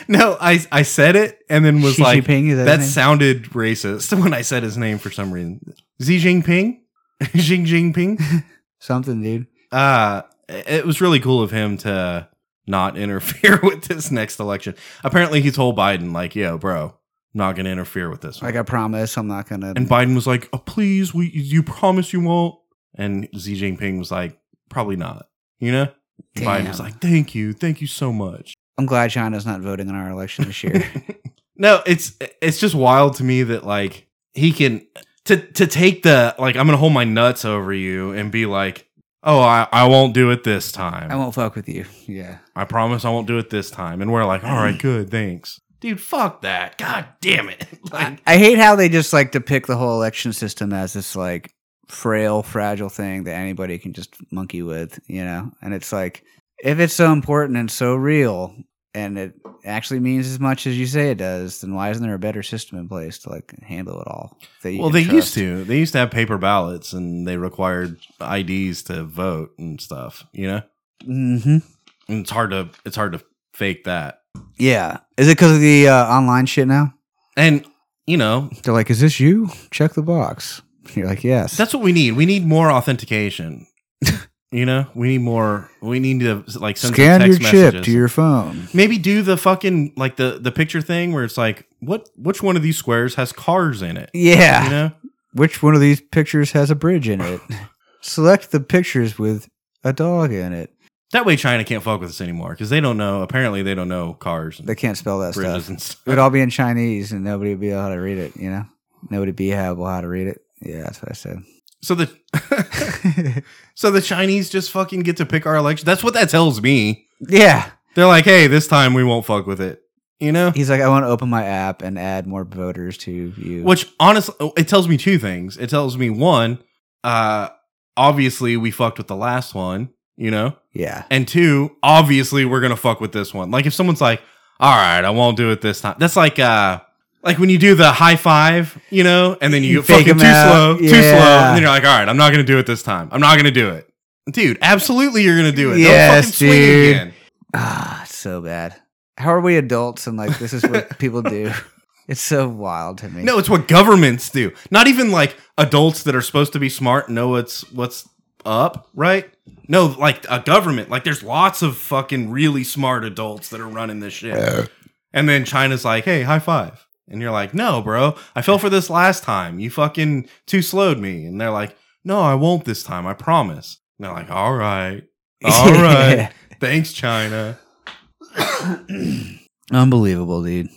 B: no, I I said it and then was
A: Xi
B: like,
A: Jinping, is that
B: that
A: his name?
B: sounded racist when I said his name for some reason. Xi Jinping? Xi Jinping?
A: something, dude.
B: uh it was really cool of him to not interfere with this next election. Apparently he told Biden like, "Yo, bro, not going to interfere with this." One.
A: Like I promise, I'm not gonna.
B: and Biden was like, oh, "Please, we you promise you won't." And Xi Jinping was like, "Probably not." You know? And Biden was
A: Damn.
B: like, "Thank you. Thank you so much."
A: I'm glad China's not voting in our election this year.
B: No, it's it's just wild to me that like he can to to take the like I'm going to hold my nuts over you and be like, "Oh, I I won't do it this time."
A: I won't fuck with you. Yeah.
B: I promise I won't do it this time. And we're like, all right, good, thanks. Dude, fuck that. God damn it.
A: I,
B: Like,
A: I hate how they just like depict the whole election system as this like frail, fragile thing that anybody can just monkey with, you know? And it's like If it's so important and so real, and it actually means as much as you say it does, then why isn't there a better system in place to like handle it all? that you
B: Well,
A: can
B: they
A: trust?
B: used to. They used to have paper ballots, and they required IDs to vote and stuff. You know,
A: Mhm.
B: and it's hard to it's hard to fake that.
A: Yeah. Is it because of the uh, online shit now?
B: And you know,
A: They're like, "Is this you? Check the box." You're like, "Yes."
B: that's what we need. We need more authentication. you know, we need more. We need to like send some
A: Scan your
B: text
A: chip
B: messages.
A: to your phone.
B: Maybe do the fucking like the the picture thing where it's like what which one of these squares has cars in it.
A: Yeah.
B: You know,
A: Which one of these pictures has a bridge in it? Select the pictures with a dog in it.
B: that way China can't fuck with us anymore because they don't know. Apparently, they don't know cars and
A: They can't spell that
B: bridges
A: stuff.
B: and stuff.
A: It would all be in Chinese and nobody would be able to read it, you know? Nobody would be able how to read it. Yeah, that's what I
B: So the
A: said.
B: So the Chinese just fucking get to pick our election. That's what that tells me.
A: yeah.
B: They're like, hey, this time we won't fuck with it. You know?
A: He's like, I want to open my app and add more voters to you.
B: Which honestly, it tells me two things. It tells me one, uh, obviously we fucked with the last one, you know?
A: Yeah.
B: And two, obviously we're gonna fuck with this one. Like if someone's like, all right, I won't do it this time. That's like uh like when you do the high five, you know, and then you,
A: You
B: fucking
A: fake 'em
B: too
A: out.
B: slow, too slow,
A: Yeah.
B: and then you're like, all right, I'm not gonna do it this time. I'm not gonna do it. Dude, absolutely you're gonna do it.
A: Yes,
B: Don't fucking
A: dude.
B: swing again.
A: Ah, it's so bad. How are we adults and like this is what people do? It's so wild to me.
B: No, it's what governments do. Not even like adults that are supposed to be smart know what's what's up, right? No, like a government. Like there's lots of fucking really smart adults that are running this shit. And then China's like, "Hey, high five. And you're like, "No, bro. I fell for this last time. You fucking too slowed me." And they're like, "No, I won't this time. I promise." And they're like, "All right. All right. Thanks, China."
A: Unbelievable, dude.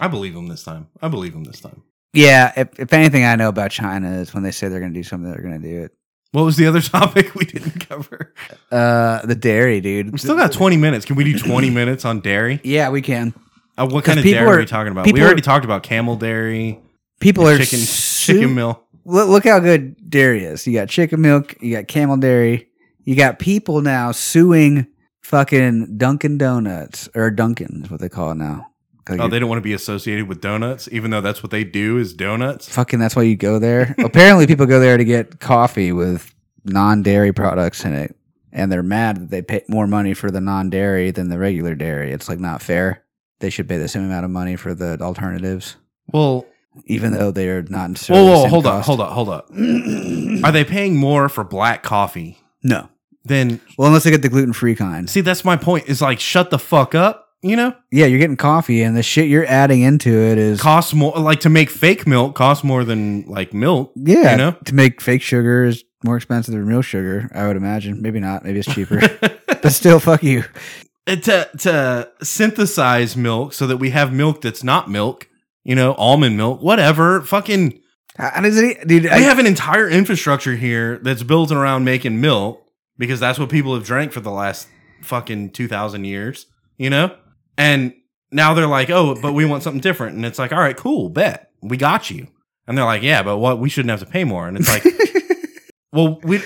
B: I believe him this time. I believe him this time.
A: Yeah, if, if anything I know about China is when they say they're going to do something, they're going to do it.
B: What was the other topic we didn't cover?
A: Uh, the dairy, dude.
B: We still got 20 minutes. Can we do 20 minutes on dairy?
A: Yeah, we can.
B: Uh, what
A: 'Cause
B: kind of
A: people
B: dairy are,
A: are-
B: we talking about? We
A: people
B: already
A: are-
B: talked about camel dairy,
A: People are
B: chicken
A: su-
B: chicken mill.
A: Look, look how good dairy is. You got chicken milk. You got camel dairy. You got people now suing fucking Dunkin' Donuts or Dunkin' is what they call it now. 'Cause
B: Oh,
A: you're-
B: they don't want to be associated with donuts, even though that's what they do is donuts.
A: fucking that's why you go there. Apparently, people go there to get coffee with non-dairy products in it, and they're mad that they pay more money for the non-dairy than the regular dairy. It's like not fair. They should pay the same amount of money for the alternatives,
B: Well,
A: even though they are not. necessarily
B: whoa,
A: the
B: whoa,
A: same
B: hold up,
A: cost.
B: hold up, hold up. Are they paying more for black coffee?
A: No,
B: Then
A: well, unless they get the gluten-free kind.
B: see, that's my point. Is like shut the fuck up. You know,
A: Yeah, you're getting coffee, and the shit you're adding into it is
B: costs more. Like to make fake milk costs more than like milk.
A: yeah.
B: you know?
A: to make fake sugar is more expensive than real sugar. I would imagine. Maybe not. Maybe it's cheaper, but still, fuck you.
B: Uh, to to synthesize milk so that we have milk that's not milk, you know, almond milk, whatever. Fucking,
A: How how does it, dude? I-
B: we have an entire infrastructure here that's built around making milk because that's what people have drank for the last fucking two thousand years, you know. And now they're like, oh, but we want something different, and it's like, all right, cool, bet we got you. And they're like, yeah, but what? We shouldn't have to pay more, and it's like, well, we.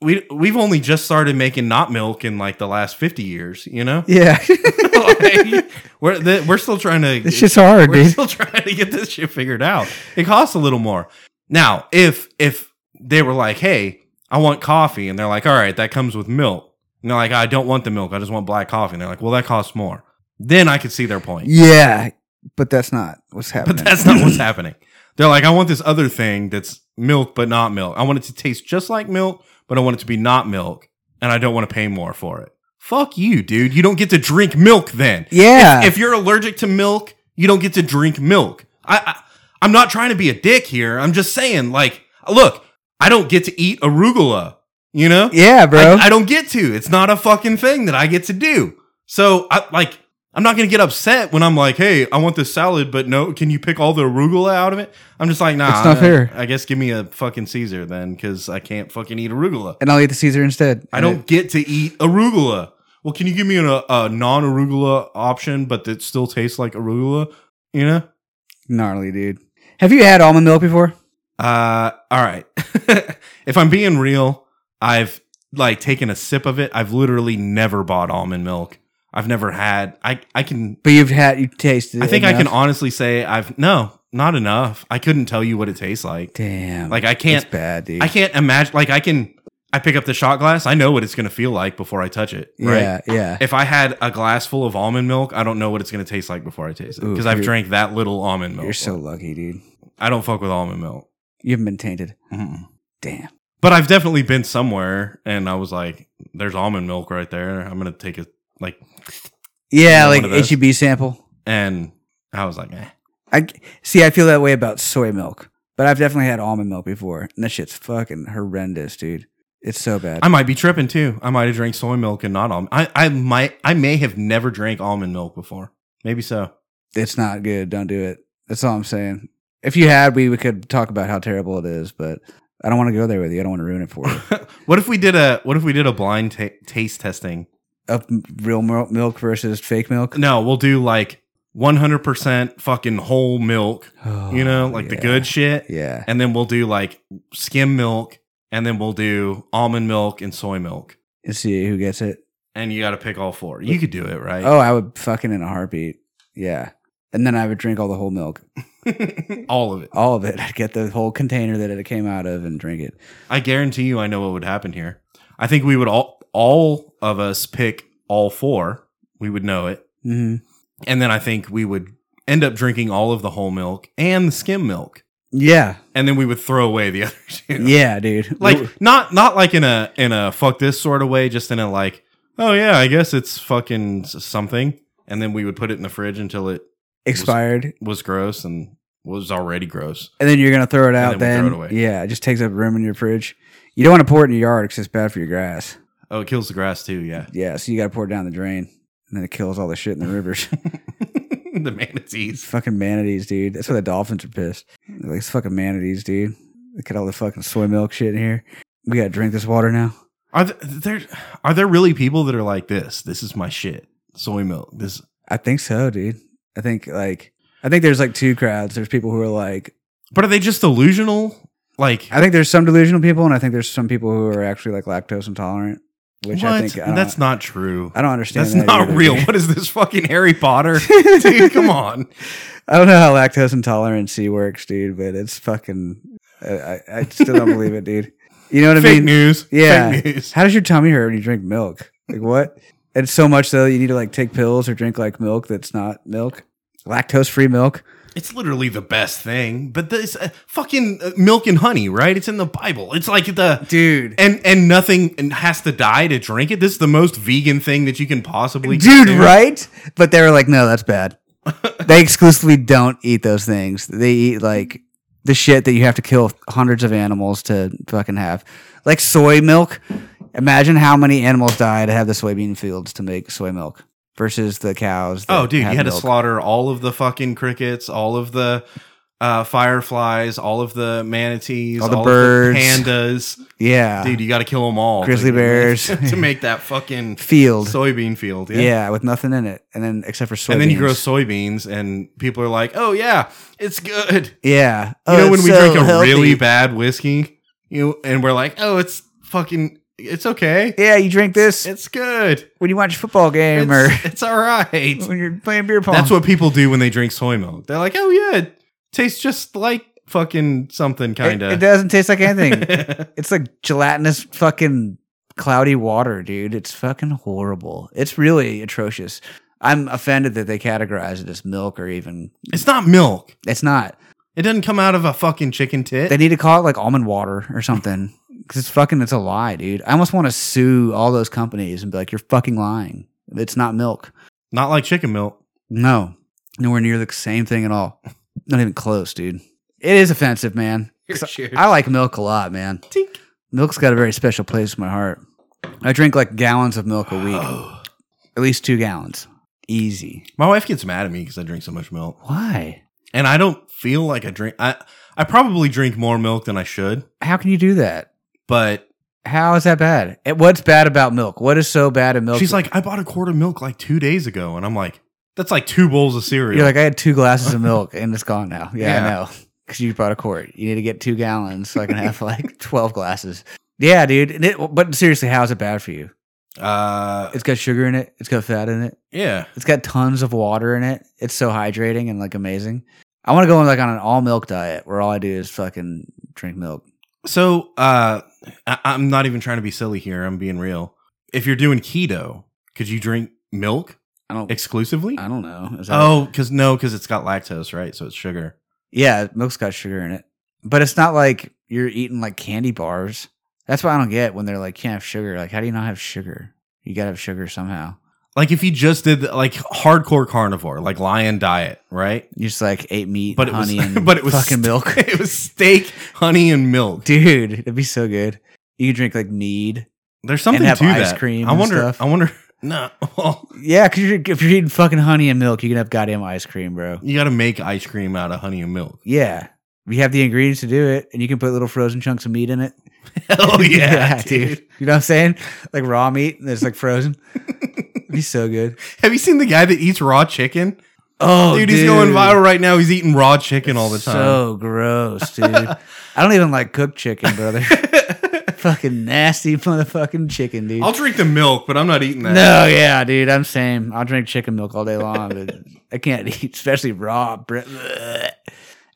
B: We, we've only just started making not milk in like the last 50 years, you know?
A: yeah,
B: like, we're th- we're still trying to
A: It's just hard,
B: we're
A: dude.
B: still trying to get this shit figured out. It costs a little more. Now, if if they were like, "Hey, I want coffee," and they're like, "All right, that comes with milk," and they're like, "I don't want the milk. I just want black coffee," and they're like, "Well, that costs more." Then I could see their point,
A: Yeah, but that's not what's happening.
B: but that's not what's happening. They're like, "I want this other thing that's milk but not milk. I want it to taste just like milk, but I want it to be not milk, and I don't want to pay more for it." Fuck you, dude. You don't get to drink milk then
A: yeah,
B: if you're allergic to milk, you don't get to drink milk. I, I I'm not trying to be a dick here. I'm just saying, like, look, I don't get to eat arugula. You know,
A: yeah, bro.
B: I, I don't get to. It's not a fucking thing that I get to do. So, I like, I'm not gonna get upset when I'm like, hey, I want this salad, but no, can you pick all the arugula out of it? I'm just like, nah,
A: It's not
B: I-
A: fair.
B: I guess give me a fucking Caesar then, because I can't fucking eat arugula.
A: and I'll eat the Caesar instead. Uh,
B: I don't get to eat arugula. Well, can you give me an, a, a non arugula option, but that still tastes like arugula? You know?
A: gnarly, dude. Have you had almond milk before?
B: Uh, all right. if I'm being real, I've like taken a sip of it. I've literally never bought almond milk. I've never had. I I can.
A: But you've had you tasted.
B: I
A: it
B: think I can
A: enough?
B: honestly say I've no, not enough. I couldn't tell you what it tastes like.
A: Damn.
B: Like I
A: it's
B: can't.
A: bad, dude.
B: I can't imagine. Like I can. I pick up the shot glass. I know what it's gonna feel like before I touch it. Right.
A: Yeah, yeah.
B: If I had a glass full of almond milk, I don't know what it's gonna taste like before I taste it
A: Ooh,
B: because I've
A: you're-
B: drank that little almond milk.
A: You're so lucky, dude.
B: I don't fuck with almond milk.
A: You haven't been tainted.
B: Mm-mm.
A: Damn.
B: But I've definitely been somewhere and I was like, there's almond milk right there. I'm going to take it. Like,
A: Yeah,
B: One
A: like
B: of those.
A: HEB sample.
B: and I was like, eh.
A: I see. I feel that way about soy milk, but I've definitely had almond milk before, and that shit's fucking horrendous, dude. It's so bad.
B: I might be tripping too. I might have drank soy milk and not almond. I, I might, I may have never drank almond milk before. Maybe so.
A: it's not good. Don't do it. That's all I'm saying. If you had, we, we could talk about how terrible it is, but I don't want to go there with you. I don't want to ruin it for you.
B: what if we did a, what if we did a blind ta taste testing?
A: Up real mil- milk versus fake milk.
B: No, we'll do like 100% fucking whole milk, you know,
A: Oh,
B: like the
A: yeah.
B: good shit.
A: Yeah.
B: And then we'll do like skim milk and then we'll do almond milk and soy milk.
A: And see who gets it.
B: And you got to pick all four. You could do it, right?
A: Oh, I would fucking in a heartbeat. Yeah. And then I would drink all the whole milk,
B: all of it.
A: all of it. I'd get the whole container that it came out of and drink it.
B: I guarantee you, I know what would happen here. I think we would all, all of us pick all four. We would know it.
A: hmm
B: And then I think we would end up drinking all of the whole milk and the skim milk.
A: Yeah.
B: And then we would throw away the other two.
A: Yeah, dude.
B: Like not, not like in a, in a fuck this sort of way, just in a like, oh yeah, I guess it's fucking s- something. And then we would put it in the fridge until it
A: expired.
B: was gross and was already gross.
A: And then you're gonna throw it out.
B: then
A: Then,
B: we throw it away.
A: yeah, it just takes up room in your fridge. You don't want to pour it in your yard because it's bad for your grass.
B: Oh, it kills the grass too. Yeah.
A: Yeah, so you got to pour it down the drain, and then it kills all the shit in the rivers.
B: the manatees.
A: fucking manatees, dude. That's why the dolphins are pissed. They're like, it's fucking manatees, dude. Look at all the fucking soy milk shit in here. We gotta drink this water now.
B: Are th- there are there really people that are like this? This is my shit. Soy milk. This
A: I think so, dude. I think like I think there's like two crowds. There's people who are like
B: But are they just delusional? Like
A: I think there's some delusional people, and I think there's some people who are actually like lactose intolerant. Which
B: what?
A: I think I don't,
B: That's not true.
A: I don't understand.
B: That's
A: that
B: not
A: either,
B: real.
A: dude.
B: What is this fucking Harry Potter? Dude, come on.
A: I don't know how lactose intolerancy works, dude, but it's fucking. I, I, I still don't believe it, dude. You know what I
B: Fake
A: mean?
B: news.
A: Yeah.
B: Fake news.
A: How does your tummy hurt when you drink milk? Like what? It's so much though. You need to like take pills or drink like milk that's not milk, lactose free milk.
B: It's literally the best thing. But this uh, fucking uh, milk and honey, right? It's in the Bible. It's like the
A: Dude,
B: and and nothing and has to die to drink it. This is the most vegan thing that you can possibly
A: dude,
B: do.
A: right? But they were like, no, that's bad. they exclusively don't eat those things. They eat like the shit that you have to kill hundreds of animals to fucking have, like soy milk. Imagine how many animals die to have the soybean fields to make soy milk versus the cows. that
B: Oh, dude, you
A: have
B: had to
A: milk.
B: slaughter all of the fucking crickets, all of the uh, fireflies, all of the manatees,
A: All the
B: of
A: birds.
B: pandas.
A: Yeah,
B: Dude, you got to kill them all.
A: Grizzly
B: to make-
A: bears.
B: to make that fucking
A: field.
B: soybean field. Yeah.
A: yeah. with nothing in it, and then except for soybeans.
B: And then you grow soybeans, and people are like, "Oh yeah, it's good." You
A: Yeah, Oh,
B: know when we drink a really bad whiskey, you know, and we're like, "Oh, it's fucking, it's okay,
A: Yeah, you drink this
B: it's good,
A: when you watch a football game or
B: it's, it's all right."
A: when you're playing beer pong.
B: That's what people do when they drink soy milk. They're like, oh yeah, it tastes just like fucking something
A: It-
B: kind
A: It,
B: of.
A: doesn't taste like anything. it's like gelatinous fucking cloudy water, dude. It's fucking horrible. It's really atrocious. I'm offended that they categorize it as milk or even
B: it's not milk.
A: it's not.
B: It doesn't come out of a fucking chicken tit.
A: They need to call it like almond water or something. Cause it's fucking it's a lie, dude. I almost want to sue all those companies and be like, you're fucking lying. It's not milk.
B: not like chicken milk.
A: No, nowhere near the same thing at all. Not even close, dude. It is offensive, man. 'Cause I like milk a lot, man.
B: Tink.
A: Milk's got a very special place in my heart. I drink like gallons of milk a week, at least two gallons. Easy.
B: Oh. My wife gets mad at me because I drink so much milk,
A: Why?
B: and I don't feel like I drink. I I probably drink more milk than I should,
A: How can you do that?
B: but
A: How is that bad? And What's bad about milk? What is so bad in milk?
B: she's like, I bought a quart of milk like two days ago, and I'm like, that's like two bowls of cereal.
A: you're like, I had two glasses of milk and it's gone now. Yeah,
B: Yeah.
A: I know. Because you bought a quart. You need to get two gallons so I can have like 12 glasses. Yeah, dude. And it, but seriously, how is it bad for you?
B: Uh,
A: It's got sugar in it. It's got fat in it.
B: yeah.
A: It's got tons of water in it. It's so hydrating and like amazing. I want to go on like on an all milk diet where all I do is fucking drink milk.
B: So uh, I- I'm not even trying to be silly here. I'm being real. If you're doing keto, could you drink milk
A: I don't.
B: exclusively?
A: I don't know. Uh, Is that-
B: Oh, because no, because it's got lactose, right? So it's sugar.
A: yeah, milk's got sugar in it, but it's not like you're eating like candy bars. That's what I don't get when they're like can't have sugar. Like, how do you not have sugar? You gotta have sugar somehow.
B: Like if you just did like hardcore carnivore, like lion diet, right?
A: You just like ate meat,
B: But it was-
A: honey, and
B: but it was
A: fucking milk.
B: it was steak, honey, and milk.
A: Dude, it'd be so good. You could drink like mead.
B: There's something
A: have
B: to
A: ice
B: that.
A: cream
B: I
A: and
B: wonder.
A: stuff.
B: I wonder. No, well,
A: Yeah, because you're, if you're eating fucking honey and milk, you can have goddamn ice cream, bro.
B: you got to make ice cream out of honey and milk.
A: Yeah. We have the ingredients to do it, and you can put little frozen chunks of meat in it. Oh,
B: Hell yeah, dude.
A: You know what I'm saying? Like raw meat that's like frozen. It'd be so good.
B: Have you seen the guy that eats raw chicken?
A: Oh,
B: dude, he's going viral right now. He's eating raw chicken all the time.
A: So gross, dude. I don't even like cooked chicken, brother. fucking nasty motherfucking chicken, dude.
B: I'll drink the milk, but I'm not eating that.
A: No, yeah, dude, I'm same. I'll drink chicken milk all day long, but I can't eat, especially raw. bre- Blech.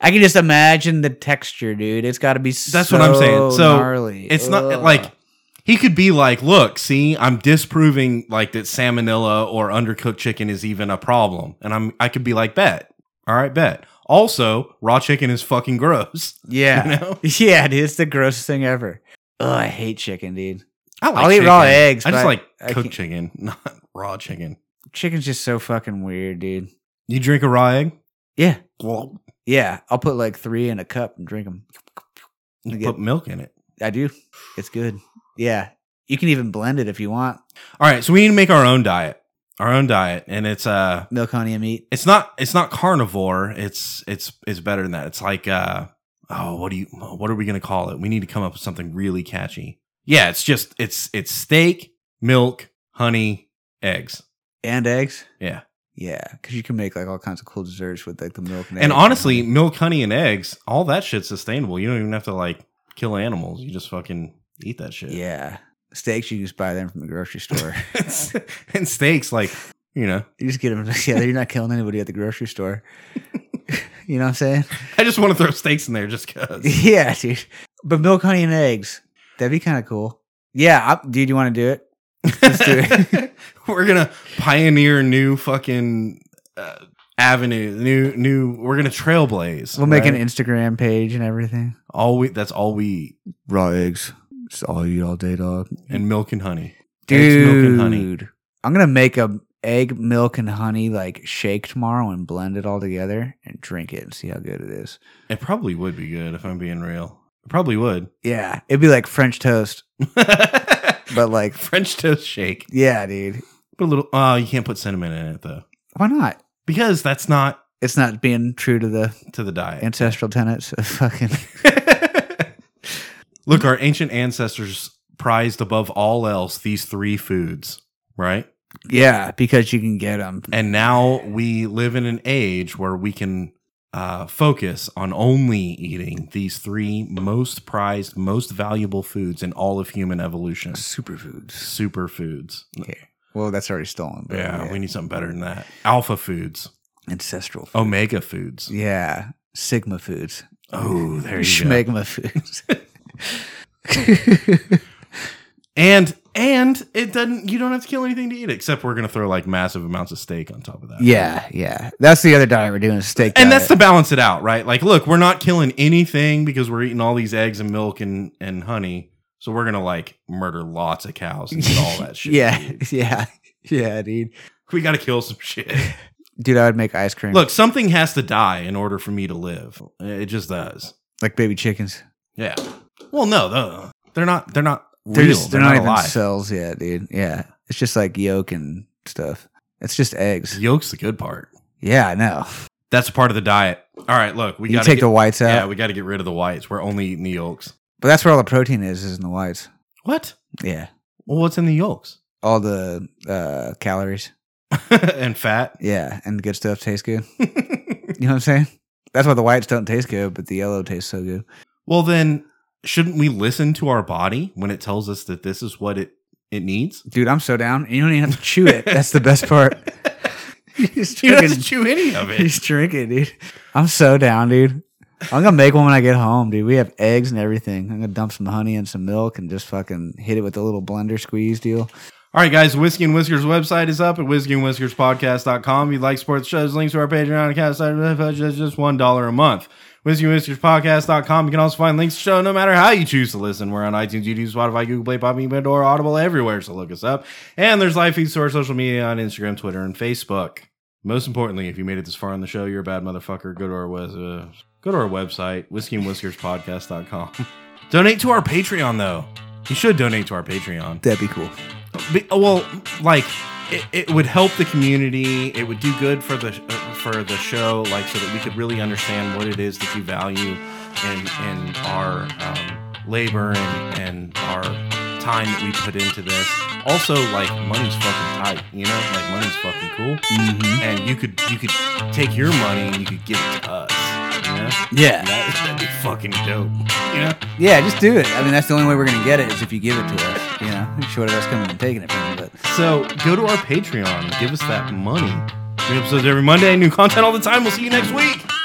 A: I can just imagine the texture, dude. It's got to be
B: That's what I'm saying. So
A: gnarly.
B: It's not
A: Ugh.
B: like he could be like, "Look, see, I'm disproving like that salmonella or undercooked chicken is even a problem." And I'm I could be like, "Bet. All right, bet." Also, raw chicken is fucking gross.
A: yeah,
B: You know?
A: yeah, dude. It's the grossest thing ever. Oh, I hate chicken, dude.
B: I like
A: I'll eat raw
B: chicken.
A: eggs,
B: I just
A: but
B: like
A: I can't-
B: cooked chicken, not raw chicken.
A: Chicken's just so fucking weird, dude.
B: You drink a raw egg?
A: Yeah,
B: Well,
A: yeah. I'll put like three in a cup and drink them.
B: you
A: I get-
B: put milk in it.
A: I do. It's good. Yeah, you can even blend it if you want.
B: All right, so we need to make our own diet. Our own diet, and it's uh
A: Milk, honey, and meat.
B: it's not it's not carnivore. It's it's it's better than that. It's like uh oh, what do you what are we gonna call it? We need to come up with something really catchy. Yeah, it's just it's it's steak, milk, honey, eggs.
A: and eggs.
B: Yeah.
A: yeah, because you can make like all kinds of cool desserts with like the milk and.
B: And
A: egg.
B: honestly, milk, honey, and eggs, all that shit's sustainable. You don't even have to like kill animals. You just fucking eat that shit.
A: yeah, steaks you just buy them from the grocery store.
B: and steaks, like you know,
A: you just get them. Yeah, you're not killing anybody at the grocery store. you know what I'm saying?
B: I just want to throw steaks in there just because.
A: Yeah, dude. But milk, honey, and eggs. That'd be kind of cool. Yeah, I, dude, you want to do it? Let's do it.
B: we're gonna pioneer new fucking uh, avenue, new new. We're gonna trailblaze.
A: We'll make
B: right?
A: an Instagram page and everything.
B: all we. That's all we eat,
A: Raw eggs. It's all you eat all day, dog.
B: and milk and honey. Eggs,
A: Dude,
B: milk, and honey.
A: I'm gonna make a egg, milk, and honey like shake tomorrow and blend it all together and drink it and see how good it is.
B: It probably would be good if I'm being real. It probably would.
A: Yeah, it'd be like French toast, but like,
B: French toast shake.
A: yeah, dude.
B: Put a little. Oh, you can't put cinnamon in it though,
A: Why not?
B: because that's not
A: It's not being true to the
B: to the diet.
A: ancestral tenets of fucking.
B: Look, our ancient ancestors prized above all else these three foods, right?
A: Yeah, because you can get them.
B: and now we live in an age where we can uh, focus on only eating these three most prized, most valuable foods in all of human evolution:
A: Superfoods.
B: superfoods.
A: Well, that's already stolen. But
B: Yeah, we need Oh. something better than that. Alpha foods,
A: ancestral. Foods.
B: omega foods.
A: Yeah, Sigma foods.
B: Oh, there you go.
A: Schmegma foods.
B: And and it doesn't. You don't have to kill anything to eat, it, except we're gonna throw like massive amounts of steak on top of that.
A: yeah, yeah. That's the other diet we're doing: is steak.
B: And
A: diet.
B: that's to balance it out, right? Like, look, we're not killing anything because we're eating all these eggs and milk and, and honey. So we're gonna like murder lots of cows and get all that shit.
A: yeah, yeah, yeah, dude.
B: We gotta kill some shit.
A: Dude, I would make ice cream.
B: look, something has to die in order for me to live. It just does.
A: like baby chickens.
B: Yeah. Well, no, no, they're not they're not
A: They're,
B: real.
A: just,
B: they're,
A: they're, not,
B: not,
A: even
B: alive.
A: cells yet, dude. Yeah. It's just like yolk and stuff. It's just eggs.
B: Yolk's the good part.
A: Yeah, I know.
B: That's part of the diet. All right, look, we
A: you
B: gotta
A: take
B: get,
A: the whites out.
B: Yeah, we gotta get rid of the whites. We're only eating the yolks.
A: but that's where all the protein is, is in the whites.
B: What?
A: Yeah.
B: Well, what's in the yolks?
A: All the uh, calories.
B: and fat.
A: Yeah. And the good stuff tastes good. You know what I'm saying? That's why the whites don't taste good, but the yellow tastes so good.
B: Well, then shouldn't we listen to our body when it tells us that this is what it it needs?
A: Dude, I'm so down. And you don't even have to chew it. That's the best part. He's
B: You don't have
A: drinking.
B: to chew any of it.
A: He's drinking, dude. I'm so down, dude. I'm gonna make one when I get home, dude. We have eggs and everything. I'm gonna dump some honey and some milk and just fucking hit it with a little blender squeeze deal.
B: All right, guys, Whiskey and Whiskers website is up at whiskeyandwhiskerspodcast.com. If you like sports shows, links to our Patreon account, site, it's just $1 a month. Whiskeyandwhiskerspodcast.com. You can also find links to the show no matter how you choose to listen. We're on iTunes, YouTube, Spotify, Google Play, Podbean, Pandora, Audible, everywhere, so look us up. And there's live feeds to our social media on Instagram, Twitter, and Facebook. Most importantly, if you made it this far on the show, you're a bad motherfucker. Go to our, wes- uh, go to our website, whiskeyandwhiskerspodcast.com. donate to our Patreon, though. You should donate to our Patreon.
A: That'd be cool.
B: Be- well like it, it would help the community it would do good for the uh, for the show like so that we could really understand what it is that you value in in our um, labor and and our time that we put into this also like money's fucking tight you know like money's fucking cool
A: Mm-hmm.
B: and you could you could take your money and you could give it to us you know
A: Yeah,
B: that, that'd be fucking dope you know
A: yeah. Just do it. I mean, that's the only way we're gonna get it is if you give it to us. You know, short of us coming and taking it from you. But
B: So go to our Patreon, give us that money. New episodes every Monday, new content all the time. We'll see you next week.